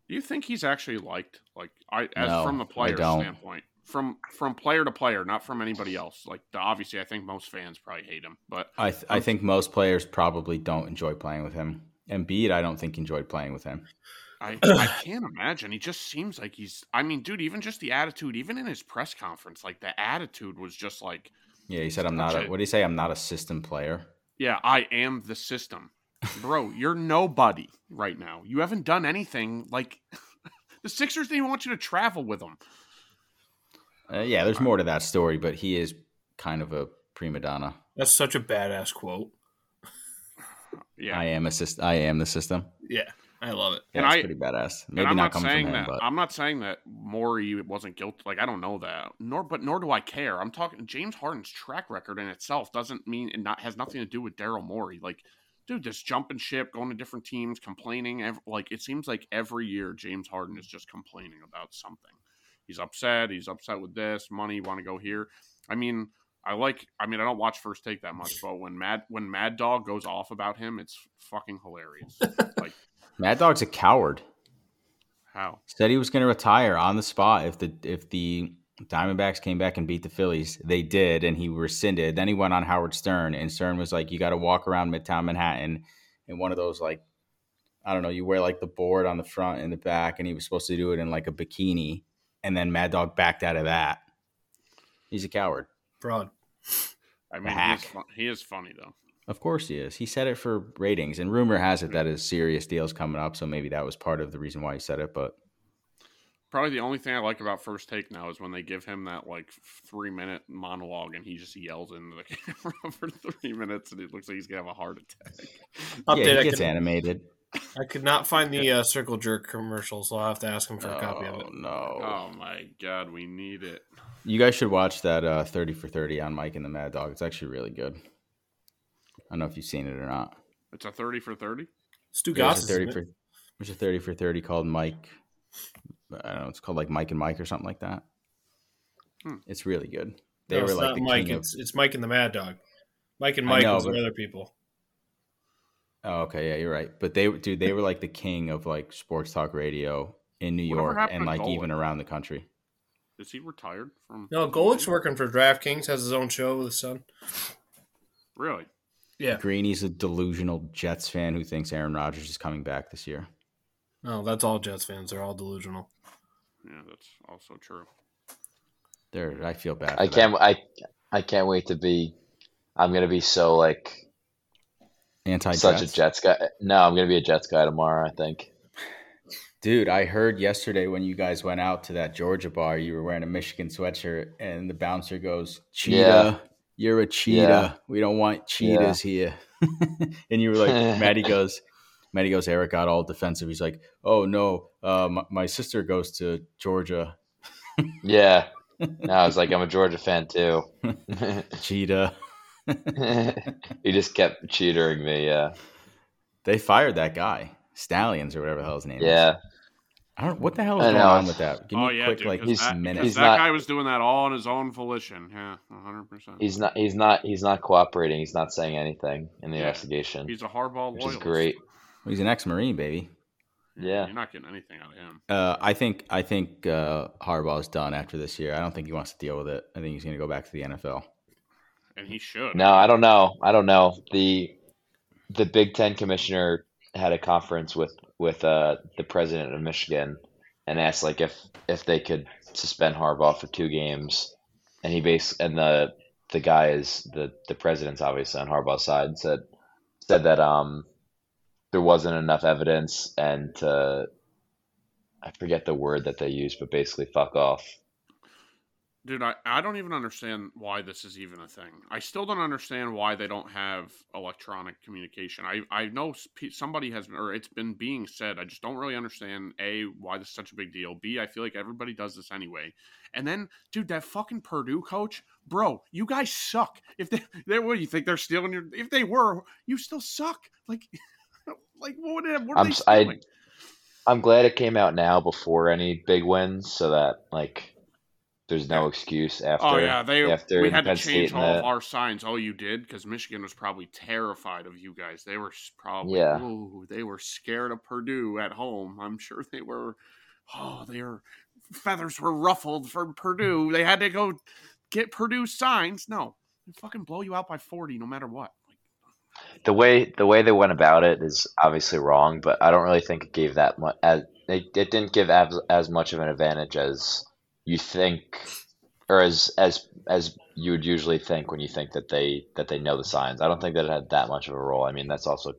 Do you think he's actually liked? Like, I as No, from the I player don't. standpoint, from from player to player, not from anybody else. Like, the- obviously, I think most fans probably hate him, but I, th- I think most players probably don't enjoy playing with him. Embiid, I don't think enjoyed playing with him. I, I can't imagine. He just seems like he's. I mean, dude, even just the attitude, even in his press conference, like the attitude was just like, Yeah, he said I'm not a Okay. what do you say? I'm not a system player. "Yeah, I am the system, bro. You're nobody right now. You haven't done anything. Like, the Sixers didn't even want you to travel with them. Uh, yeah, there's more to that story, but he is kind of a prima donna. That's such a badass quote. Yeah, I am a syst- I am the system. Yeah, I love it. Yeah, And that's I- pretty badass. And Maybe I'm not not, coming saying from him, that but I'm not saying that Maury wasn't guilty. Like I don't know that. Nor but nor do I care. I'm talking James Harden's track record in itself doesn't mean it not has nothing to do with Daryl Morey. Like, dude, this jumping ship, going to different teams, complaining. ev- Like it seems like every year James Harden is just complaining about something. he's upset. He's upset with this money. Want to go here? I mean, I like. I mean, I don't watch First Take that much, but when Mad when Mad Dog goes off about him, it's fucking hilarious. like Mad Dog's a coward. how? Said he was going to retire on the spot if the if the Diamondbacks came back and beat the Phillies. They did, and he rescinded. Then he went on Howard Stern, and Stern was like, "You got to walk around Midtown Manhattan in one of those like, I don't know, you wear like the board on the front and the back." And he was supposed to do it in like a bikini, and then Mad Dog backed out of that. He's a coward. Fraud. I mean, he hack. is, fun, he is funny though. Of course he is. He said it for ratings, and rumor has it that his serious deal's coming up. So maybe that was part of the reason why he said it. But Probably the only thing I like about First Take now is when they give him that like three minute monologue and he just yells into the camera for three minutes and it looks like he's gonna have a heart attack. yeah, Update. he I, gets could, animated. I could not find the uh, circle jerk commercial, so I'll have to ask him for a copy of it. no! Oh my god, we need it. You guys should watch that uh, 30 for 30 on Mike and the Mad Dog. It's actually really good. I don't know if you've seen it or not. It's a thirty for thirty. Stu There's Goss is a 30 in it. for there's a 30 for 30 called Mike. I don't know. It's called like Mike and Mike or something like that. Hmm. It's really good. No, They were it's like not the Mike. king of- It's, it's Mike and the Mad Dog. Mike and I Mike know, and some but- other people. Oh, okay, yeah, you're right. But they, dude, they were like the king of like sports talk radio in New Whatever York happened and to like Gold? even around the country. Is he retired from? No, Golick's working for DraftKings. Has his own show with his son. Really? Yeah. Greeny's a delusional Jets fan who thinks Aaron Rodgers is coming back this year. No, Oh, that's all Jets fans. They're all delusional. Yeah, that's also true. There, I feel bad. for I that. can't. I I can't wait to be. I'm gonna be so like anti such a Jets guy. No, I'm gonna be a Jets guy tomorrow. I think. Dude, I heard yesterday when you guys went out to that Georgia bar, you were wearing a Michigan sweatshirt, and the bouncer goes, "Cheetah, Yeah. you're a cheetah. We don't want cheetahs here." and you were like, Maddie goes, Maddie goes, Eric got all defensive. He's like, "Oh no, uh, my, my sister goes to Georgia, Yeah. No, I was like, I'm a Georgia fan too. cheetah." he just kept cheatering me. Yeah. They fired that guy, Stallions or whatever the hell his name is. Yeah. I don't. What the hell is I going know. on with that? Give me oh a yeah, quick dude, like 'cause this that, minute. 'cause He's that not- guy was doing that all on his own volition. Yeah, one hundred percent. He's not. He's not. He's not cooperating. He's not saying anything in the Yeah. investigation, He's a hardball which is loyalist. great. He's an ex-marine, baby. Yeah. You're not getting anything out of him. Uh, I think I think uh, Harbaugh's done after this year. I don't think he wants to deal with it. I think he's going to go back to the NFL. And he should. No, I don't know. I don't know. The the Big Ten commissioner had a conference with with uh, the president of Michigan and asked like if if they could suspend Harbaugh for two games, and he base and the the guy is the the president's obviously on Harbaugh's side said said that um there wasn't enough evidence and to I forget the word that they used, but basically fuck off. Dude, I, I don't even understand why this is even a thing. I still don't understand why they don't have electronic communication. I, I know s- pe- somebody has, or it's been being said. I just don't really understand, A, why this is such a big deal. B, I feel like everybody does this anyway. And then, dude, that fucking Purdue coach, bro, you guys suck. If they, they what do you think they're stealing your, if they were, you still suck. Like, like what, would- what are I'm they s- I- stealing? I'm glad it came out now before any big wins, so that like there's no excuse after. Oh yeah, they after we had to Penn State change and all of the- our signs. Oh, you did because Michigan was probably terrified of you guys. They were s- probably Yeah. "Ooh, they were scared of Purdue at home. I'm sure they were. Oh, their feathers were ruffled from Purdue. They had to go get Purdue signs. No, they fucking blow you out by forty, no matter what. Like, the way the way they went about it is obviously wrong, but I don't really think it gave that much as it, it didn't give as, as much of an advantage as you think or as as as you would usually think when you think that they that they know the signs. I don't think that it had that much of a role. I mean, that's also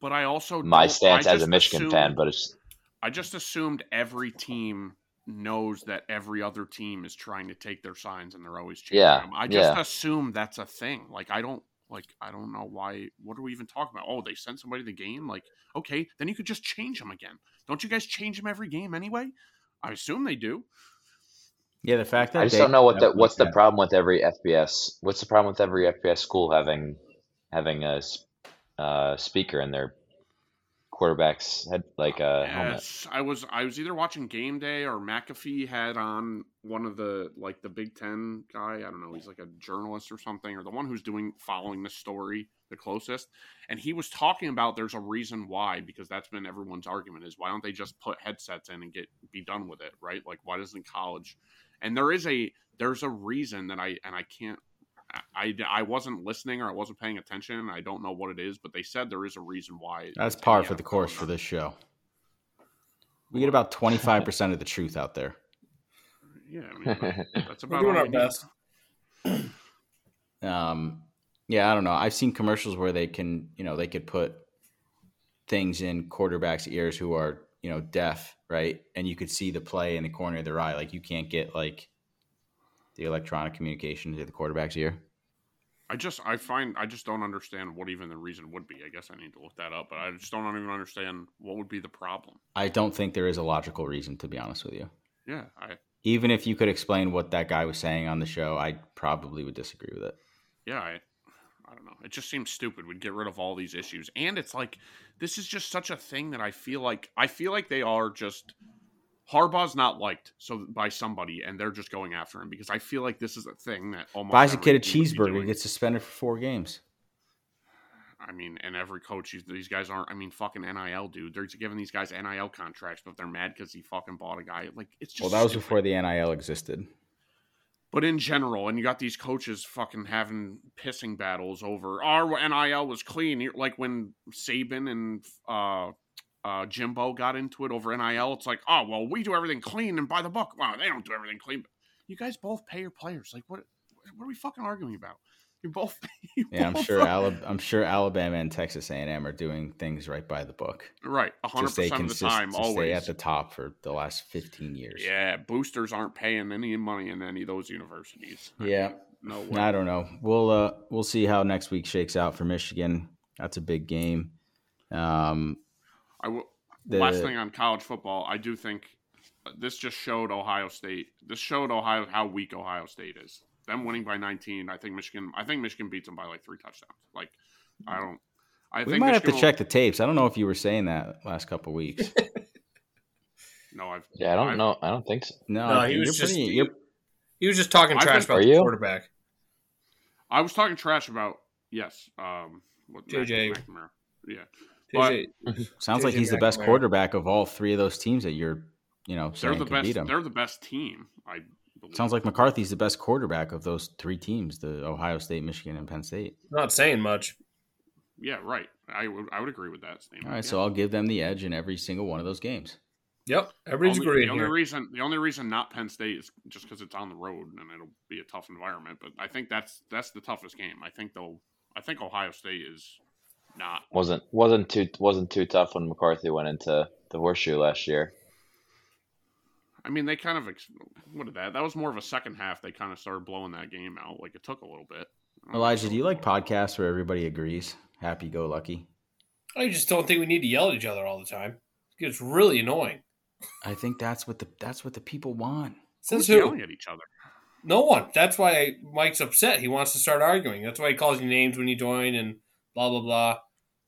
but I my also don't- Oh, I stance as a just Michigan assume- fan, but it's I just assumed every team knows that every other team is trying to take their signs and they're always changing Yeah, them. I just yeah. assume that's a thing. Like I don't like I don't know why. What are we even talking about? Oh, they sent somebody to the game. Like okay, then you could just change them again. Don't you guys change them every game anyway? I assume they do. Yeah, the fact that I just they- don't know what that the what's the that- problem with every FBS. What's the problem with every FBS school having having a s- uh, speaker in their quarterback's head like uh, helmet. Yes, I was I was either watching Game Day or McAfee had on one of the like the Big Ten guy. I don't know. He's like a journalist or something, or the one who's doing following the story the closest. And he was talking about there's a reason why because that's been everyone's argument is why don't they just put headsets in and get be done with it, right? Like why doesn't college? And there is a there's a reason that I and I can't I, I wasn't listening or I wasn't paying attention. I don't know what it is, but they said there is a reason why. That's it's in par for the NFL. course for this show. We get about 25% of the truth out there. Yeah, I mean, that's We're about doing all our we need. best. Um, yeah, I don't know. I've seen commercials where they can, you know, they could put things in quarterbacks' ears who are, you know, deaf, right? And you could see the play in the corner of their eye. Like you can't get like the electronic communication to the quarterback's ear. I just I find I just don't understand what even the reason would be. I guess I need to look that up, but I just don't even understand what would be the problem. I don't think there is a logical reason, to be honest with you. Yeah, I Even if you could explain what that guy was saying on the show, I probably would disagree with it. yeah, I I don't know. It just seems stupid. We'd get rid of all these issues. And it's like this is just such a thing that I feel like I feel like they are just Harbaugh's not liked so by somebody and they're just going after him because I feel like this is a thing that almost Buys a every kid a team would be cheeseburger, doing. gets suspended for four games. I mean, and every coach, these, these guys aren't. I mean, fucking NIL dude. They're giving these guys NIL contracts, but they're mad because he fucking bought a guy. Like it's just Well, that was stupid. before the NIL existed. But in general, and you got these coaches fucking having pissing battles over our NIL was clean. You're- Like when Saban and uh, uh, Jimbo got into it over NIL, it's like, oh well, we do everything clean and by the book. Wow, they don't do everything clean. You guys both pay your players. Like what? What are we fucking arguing about? You both. You Yeah, I'm both sure. Alab- I'm sure Alabama and Texas A&M are doing things right by the book Right, to hundred stay percent of the consistent, time, to always stay at the top for the last 15 years. Yeah, boosters aren't paying any money in any of those universities. yeah. No way. I don't know. We'll uh, we'll see how next week shakes out for Michigan. That's a big game. Um, I will, the- last thing on college football, I do think uh, this just showed Ohio State. This showed Ohio how weak Ohio State is. Them winning by 19, I think Michigan. I think Michigan beats them by like three touchdowns. Like, I don't. I we think might have Michigan to will- check the tapes. I don't know if you were saying that last couple weeks. No, I've Yeah, I don't I've- know. I don't think so. No, No, I- he you're was just- pretty. You're, He was just talking I've trash been- about Are the you? quarterback. I was talking trash about yes. Um, what, JJ. Mac- McNamara. Yeah, But- TJ, sounds like JJ he's the best McNamara. quarterback of all three of those teams that you're, you know, they're saying the could beat best. him. They're the best team. I believe. Sounds like McCarthy's the best quarterback of those three teams: the Ohio State, Michigan, and Penn State. not saying much. yeah, right. I would I would agree with that statement. All right, yeah. so I'll give them the edge in every single one of those games. Yep, everybody's Only- agreeing The only here. reason, the only reason not Penn State is just because it's on the road and it'll be a tough environment. But I think that's that's the toughest game. I think they'll. I think Ohio State is not. wasn't wasn't too wasn't too tough when McCarthy went into the horseshoe last year. I mean, they kind of ex- what did that? That was more of a second half. They kind of started blowing that game out. Like it took a little bit. Elijah, do you like podcasts where everybody agrees? Happy go lucky. I just don't think we need to yell at each other all the time. It gets really annoying. I think that's what the that's what the people want. Since Who's who? yelling at each other? No one. That's why Mike's upset. He wants to start arguing. That's why he calls you names when you join and blah blah blah.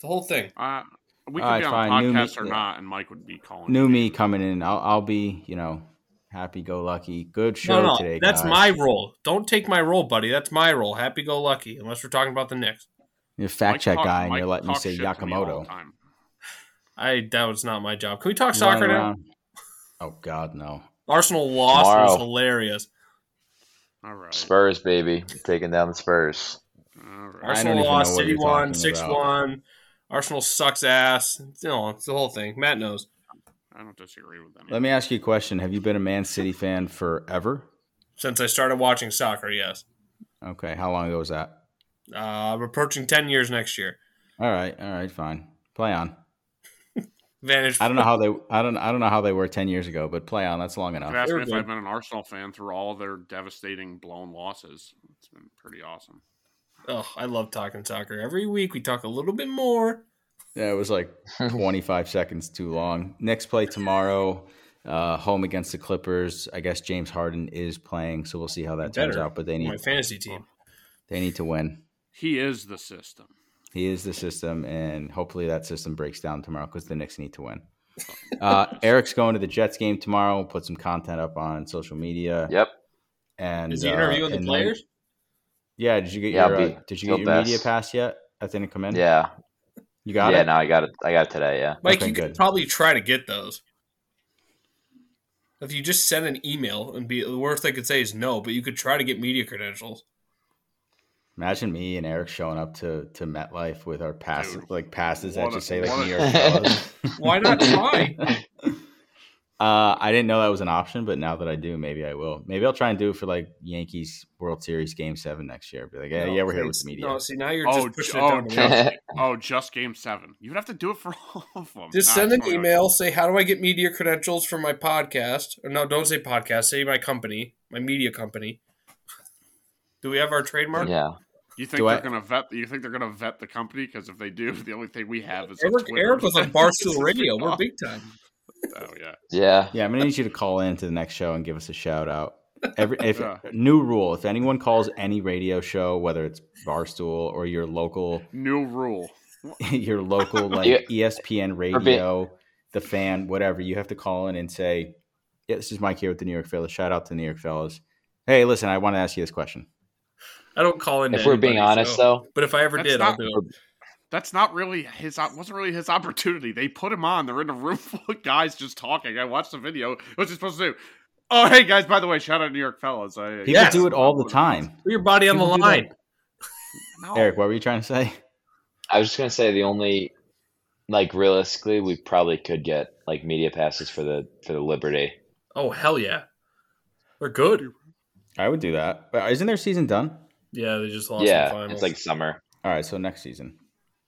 The whole thing. Uh, we could All right, be on fine. New a me- podcast or yeah. not, and Mike would be calling. New me coming in. I'll I'll be you know happy go lucky. Good show no, no, today. that's guys. my role. Don't take my role, buddy. That's my role. Happy go lucky. Unless we're talking about the Knicks. You're a fact Mike check talk- guy, and Mike you're letting me talks say shit to me all the Yakamoto. time. I that was not my job. Can we talk Running soccer now? around. Oh God, no. Arsenal lost. It was Tomorrow. hilarious. All right. Spurs, baby, taking down the Spurs. All right. I don't Arsenal even know lost. what City you're won. talking Six about. one. Arsenal sucks ass. No, it's the whole thing. Matt knows. I don't disagree with them. Let me ask you a question. Have you been a Man City fan forever? Since I started watching soccer, yes. Okay, how long ago was that? Uh, I'm approaching ten years next year. All right, all right, fine. Play on. Vantage. I don't know how they. I don't. I don't know how they were ten years ago, but play on. That's long If enough. you ask They're me if I've good. been an Arsenal fan through all their devastating blown losses, it's been pretty awesome. Oh, I love talking soccer. Every week we talk a little bit more. Yeah, it was like 25 seconds too long. Next play tomorrow, uh, home against the Clippers. I guess James Harden is playing, so we'll see how that turns Better. out. But they My need fantasy team. they need to win. He is the system. He is the system, and hopefully that system breaks down tomorrow because the Knicks need to win. Uh, Eric's going to the Jets game tomorrow. We'll put some content up on social media. Yep. And Is he uh, interviewing the and then- players? yeah. Did you get Yeah, your I'll be- uh, Did you get feel your best. media pass yet? That didn't come in. Yeah. You got yeah. it. Now I got it. I got it today. Yeah. Mike, Okay, you could good. probably try to get those. If you just send an email and be the worst they could say is no, but you could try to get media credentials. Imagine me and Eric showing up to to MetLife with our passes, Dude, like passes that what a- just say like what New a- York. fellas. Why not try? Uh, I didn't know that was an option, but now that I do, maybe I will. Maybe I'll try and do it for like Yankees World Series Game Seven next year. Be like, yeah, No, yeah, we're here with please. the media. No, see now you're Oh, just pushing oh, it down the Joe. road. Oh, just game seven. You'd have to do it for all of them. Just Nah, send an totally. email, say how do I get media credentials for my podcast? Or no, don't say podcast, say my company, my media company. Do we have our trademark? Yeah. You think Do they're I- gonna vet? You think they're gonna vet the company? Because if they do, the only thing we have is a Eric, Twitter. Eric was on Barstool This is Radio. We're ridiculous. big time. Oh yeah. Yeah. Yeah, I'm gonna need you to call in to the next show and give us a shout out. Every if Yeah. new rule, if anyone calls any radio show, whether it's Barstool or your local New rule. your local like E ESPN Or be- radio, the fan, whatever, you have to call in and say, Yeah, this is Mike here with the New York Fellas. Shout out to the New York Fellas. Hey, listen, I want to ask you this question. I don't call in. If we're being honest, though, but if I ever That's did, I'll not- do it. That's not really his. op- Wasn't really his opportunity. They put him on. They're in a room full of guys just talking. I watched the video. What's he supposed to do? Oh hey guys, by the way, shout out New York fellas. I, People Yes. do it all the time. Put your body on the People do that. line. No. Eric, what were you trying to say? I was just gonna say the only, like, realistically, we probably could get like media passes for the for the Liberty. Oh hell yeah, they're good. I would do that. But uh, isn't their season done? Yeah, they just lost. in the Yeah. finals, It's like summer. All right, so next season.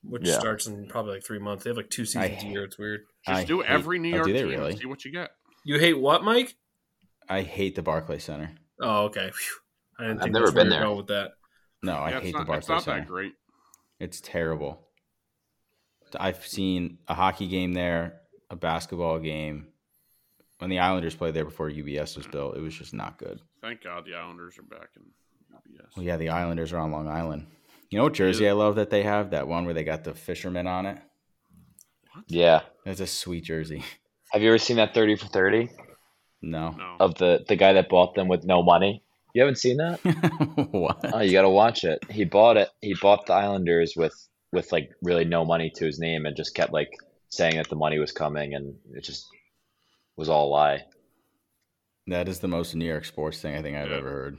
which yeah. starts in probably like three months. They have like two seasons a year. It's weird. Just I do hate- every New oh, York do they team. and really? Oh, See what you get. You hate what, Mike? I hate the Barclay Center. Oh, okay. Phew. I didn't I've think never that's where been you were there. going with that. No, I Yeah, it's hate not, the It's Barclay not Center. that great. It's terrible. I've seen a hockey game there, a basketball game. When the Islanders played there before UBS was built, it was just not good. Thank God the Islanders are back in UBS. Well, yeah, the Islanders are on Long Island. You know what jersey I love that they have? That one where they got the fisherman on it. Yeah. That's a sweet jersey. Have you ever seen that thirty for thirty No. No. of the the guy that bought them with no money? You haven't seen that? what? Oh, you gotta watch it. He bought it. He bought the Islanders with with like really no money to his name, and just kept like saying that the money was coming, and it just was all a lie. That is the most New York sports thing I think I've Yeah. ever heard.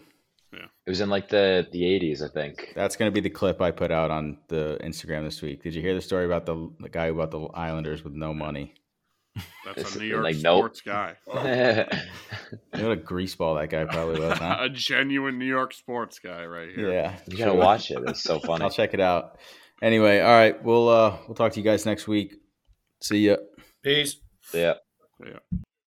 It was in like the the eighties, I think. That's going to be the clip I put out on the Instagram this week. Did you hear the story about the, the guy who bought the Islanders with no money? That's It's a New York like, nope. sports guy. You know what a greaseball that guy probably was, huh? a genuine New York sports guy right here. Yeah. you gotta watch it. It's so funny. I'll check it out. Anyway, all right, we'll uh we'll talk to you guys next week. See ya. Peace. Yeah.